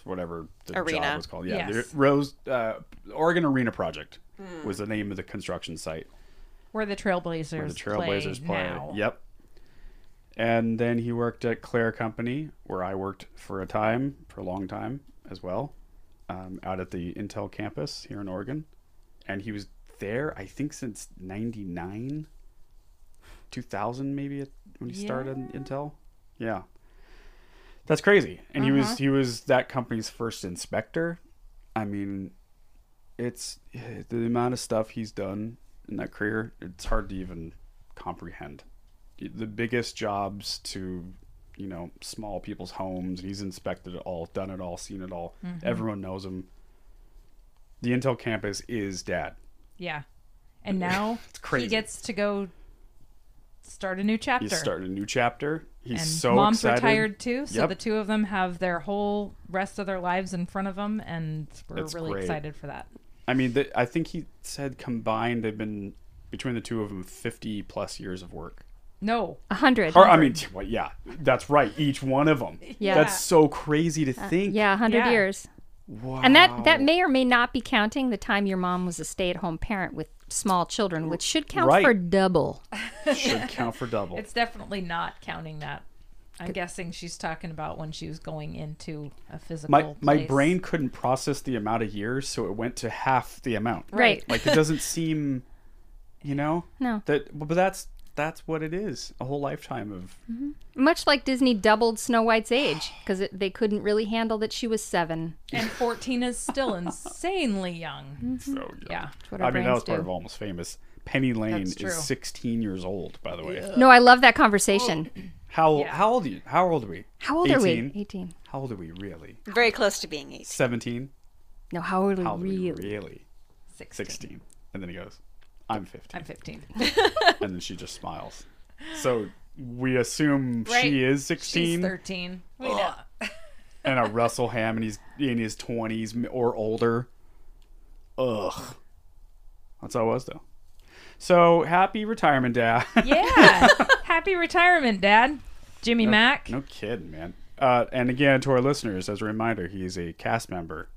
Speaker 2: whatever the
Speaker 3: Arena.
Speaker 2: job was called. Yeah, the
Speaker 1: Yes.
Speaker 2: Rose uh, Oregon Arena Project was the name of the construction site
Speaker 1: Where the Trailblazers,
Speaker 2: where the Trailblazers play.
Speaker 1: now.
Speaker 2: Yep. And then he worked at Claire Company, where I worked for a time, for a long time as well, um, out at the Intel campus here in Oregon. And he was there, I think, since 99, 2000, maybe, at- when he started Intel. Yeah. That's crazy. And he
Speaker 1: Uh-huh.
Speaker 2: was he was that company's first inspector. I mean, it's eh, the amount of stuff he's done in that career it's hard to even comprehend the biggest jobs to you know small people's homes and he's inspected it all done it all seen it all
Speaker 1: Mm-hmm.
Speaker 2: everyone knows him the intel campus is dad
Speaker 1: Yeah. And now
Speaker 2: crazy.
Speaker 1: he gets to go start a new chapter.
Speaker 2: he's starting a new chapter he's
Speaker 1: and
Speaker 2: so
Speaker 1: mom's
Speaker 2: excited
Speaker 1: retired too, so
Speaker 2: Yep.
Speaker 1: the two of them have their whole rest of their lives in front of them, and we're
Speaker 2: That's
Speaker 1: really
Speaker 2: great.
Speaker 1: excited for that.
Speaker 2: i mean the, i think he said combined they've been between the two of them 50 plus years of work
Speaker 1: No,
Speaker 4: A hundred.
Speaker 2: Or, I mean, t- well, yeah, that's right. Each one of them.
Speaker 4: Yeah. Uh,
Speaker 2: That's so crazy to think.
Speaker 4: Yeah, 100
Speaker 1: Yeah.
Speaker 4: years. Wow. And that that may or may not be counting the time your mom was a stay-at-home parent with small children, which should count
Speaker 2: Right.
Speaker 4: for double.
Speaker 2: Should count for double.
Speaker 1: it's definitely not counting that. I'm guessing she's talking about when she was going into a physical.
Speaker 2: my my
Speaker 1: place.
Speaker 2: brain couldn't process the amount of years, so it went to half the amount.
Speaker 4: Right.
Speaker 2: Like it doesn't seem, you know.
Speaker 4: No.
Speaker 2: That, but that's that's what it is. A whole lifetime of
Speaker 4: Much like Disney doubled Snow White's age because they couldn't really handle that she was seven.
Speaker 1: And 14 is still insanely young.
Speaker 2: so young.
Speaker 1: Yeah.
Speaker 4: what our
Speaker 2: I mean, that
Speaker 4: Mm-hmm. brains
Speaker 2: was part
Speaker 4: do.
Speaker 2: of Almost Famous. Penny Lane
Speaker 1: That's true.
Speaker 2: is 16 years old, by the way.
Speaker 4: No, I love that conversation.
Speaker 2: Oh, How how old are you? How old are we?
Speaker 4: How old are we?
Speaker 2: 18?
Speaker 4: 18.
Speaker 2: How old are we really?
Speaker 3: Very close to being eight.
Speaker 2: 17.
Speaker 4: No, how old are
Speaker 2: How old are
Speaker 4: we
Speaker 2: we
Speaker 4: really?
Speaker 2: really?
Speaker 1: 16.
Speaker 2: 16. And then he goes, "I'm 15."
Speaker 1: I'm 15.
Speaker 2: and then she just smiles. So we assume
Speaker 1: Right.
Speaker 2: she is
Speaker 1: She's
Speaker 2: 16
Speaker 1: 13. We know.
Speaker 2: and a Russell Ham and he's in his 20s m- or older. Ugh. That's how it was though. So happy retirement, Dad.
Speaker 1: Yeah. Happy retirement, Dad. Jimmy Mack.
Speaker 2: No kidding, man. Uh, and again, to our listeners, as a reminder, he is a cast member,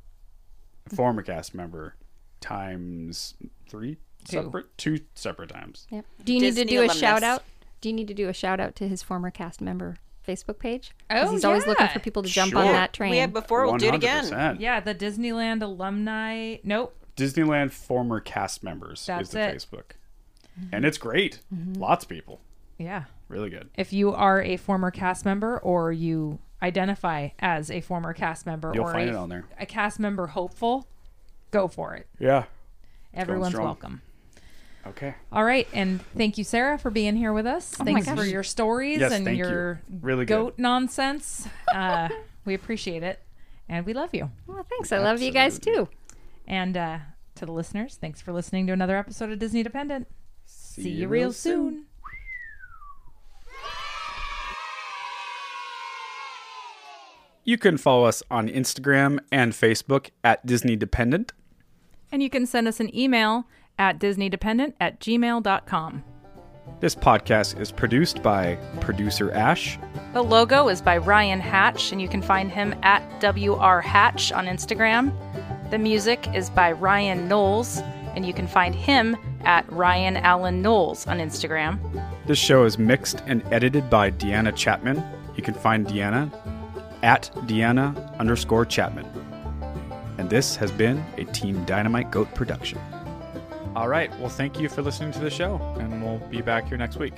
Speaker 2: former cast member, times three separate, two separate times.
Speaker 4: Yep. Do you need
Speaker 3: Disney
Speaker 4: to do
Speaker 3: alumnus.
Speaker 4: a shout out? Do you need to do a shout out to his former cast member Facebook page? 'Cause
Speaker 1: Oh,
Speaker 4: he's always looking
Speaker 1: yeah.
Speaker 4: for people to jump
Speaker 2: Sure.
Speaker 4: on that train.
Speaker 3: We had before. We'll do it again.
Speaker 2: 100%.
Speaker 1: Yeah, the Disneyland alumni. Nope.
Speaker 2: Disneyland former cast members
Speaker 1: That's
Speaker 2: is the
Speaker 1: it.
Speaker 2: Facebook, and it's great. Lots of people,
Speaker 1: Yeah.
Speaker 2: really good.
Speaker 1: If you are a former cast member or you identify as a former cast member
Speaker 2: You'll
Speaker 1: or
Speaker 2: find
Speaker 1: a,
Speaker 2: it on there.
Speaker 1: a cast member hopeful, go for it.
Speaker 2: Yeah.
Speaker 1: Everyone's
Speaker 2: strong.
Speaker 1: welcome.
Speaker 2: Okay.
Speaker 1: All right, and thank you, Sarah, for being here with us. Thanks for your stories
Speaker 2: Oh Yes,
Speaker 1: and
Speaker 2: thank you.
Speaker 1: your
Speaker 2: Really good.
Speaker 1: goat nonsense. Uh, we appreciate it, and we love you.
Speaker 4: Well, thanks. I love you guys too.
Speaker 1: And uh, to the listeners, thanks for listening to another episode of Disney Dependent. See, you real soon.
Speaker 2: You can follow us on Instagram and Facebook at Disney Dependent.
Speaker 1: And you can send us an email at disneydependent at gmail.com.
Speaker 2: This podcast is produced by producer Ash.
Speaker 1: The logo is by Ryan Hatch, and you can find him at WR Hatch on Instagram. The music is by Ryan Knowles, and you can find him at Ryan Allen Knowles on Instagram.
Speaker 2: This show is mixed and edited by Deanna Chapman. You can find Deanna at Deanna underscore Chapman. And this has been a Team Dynamite Goat production. All right. Well, thank you for listening to the show, and we'll be back here next week.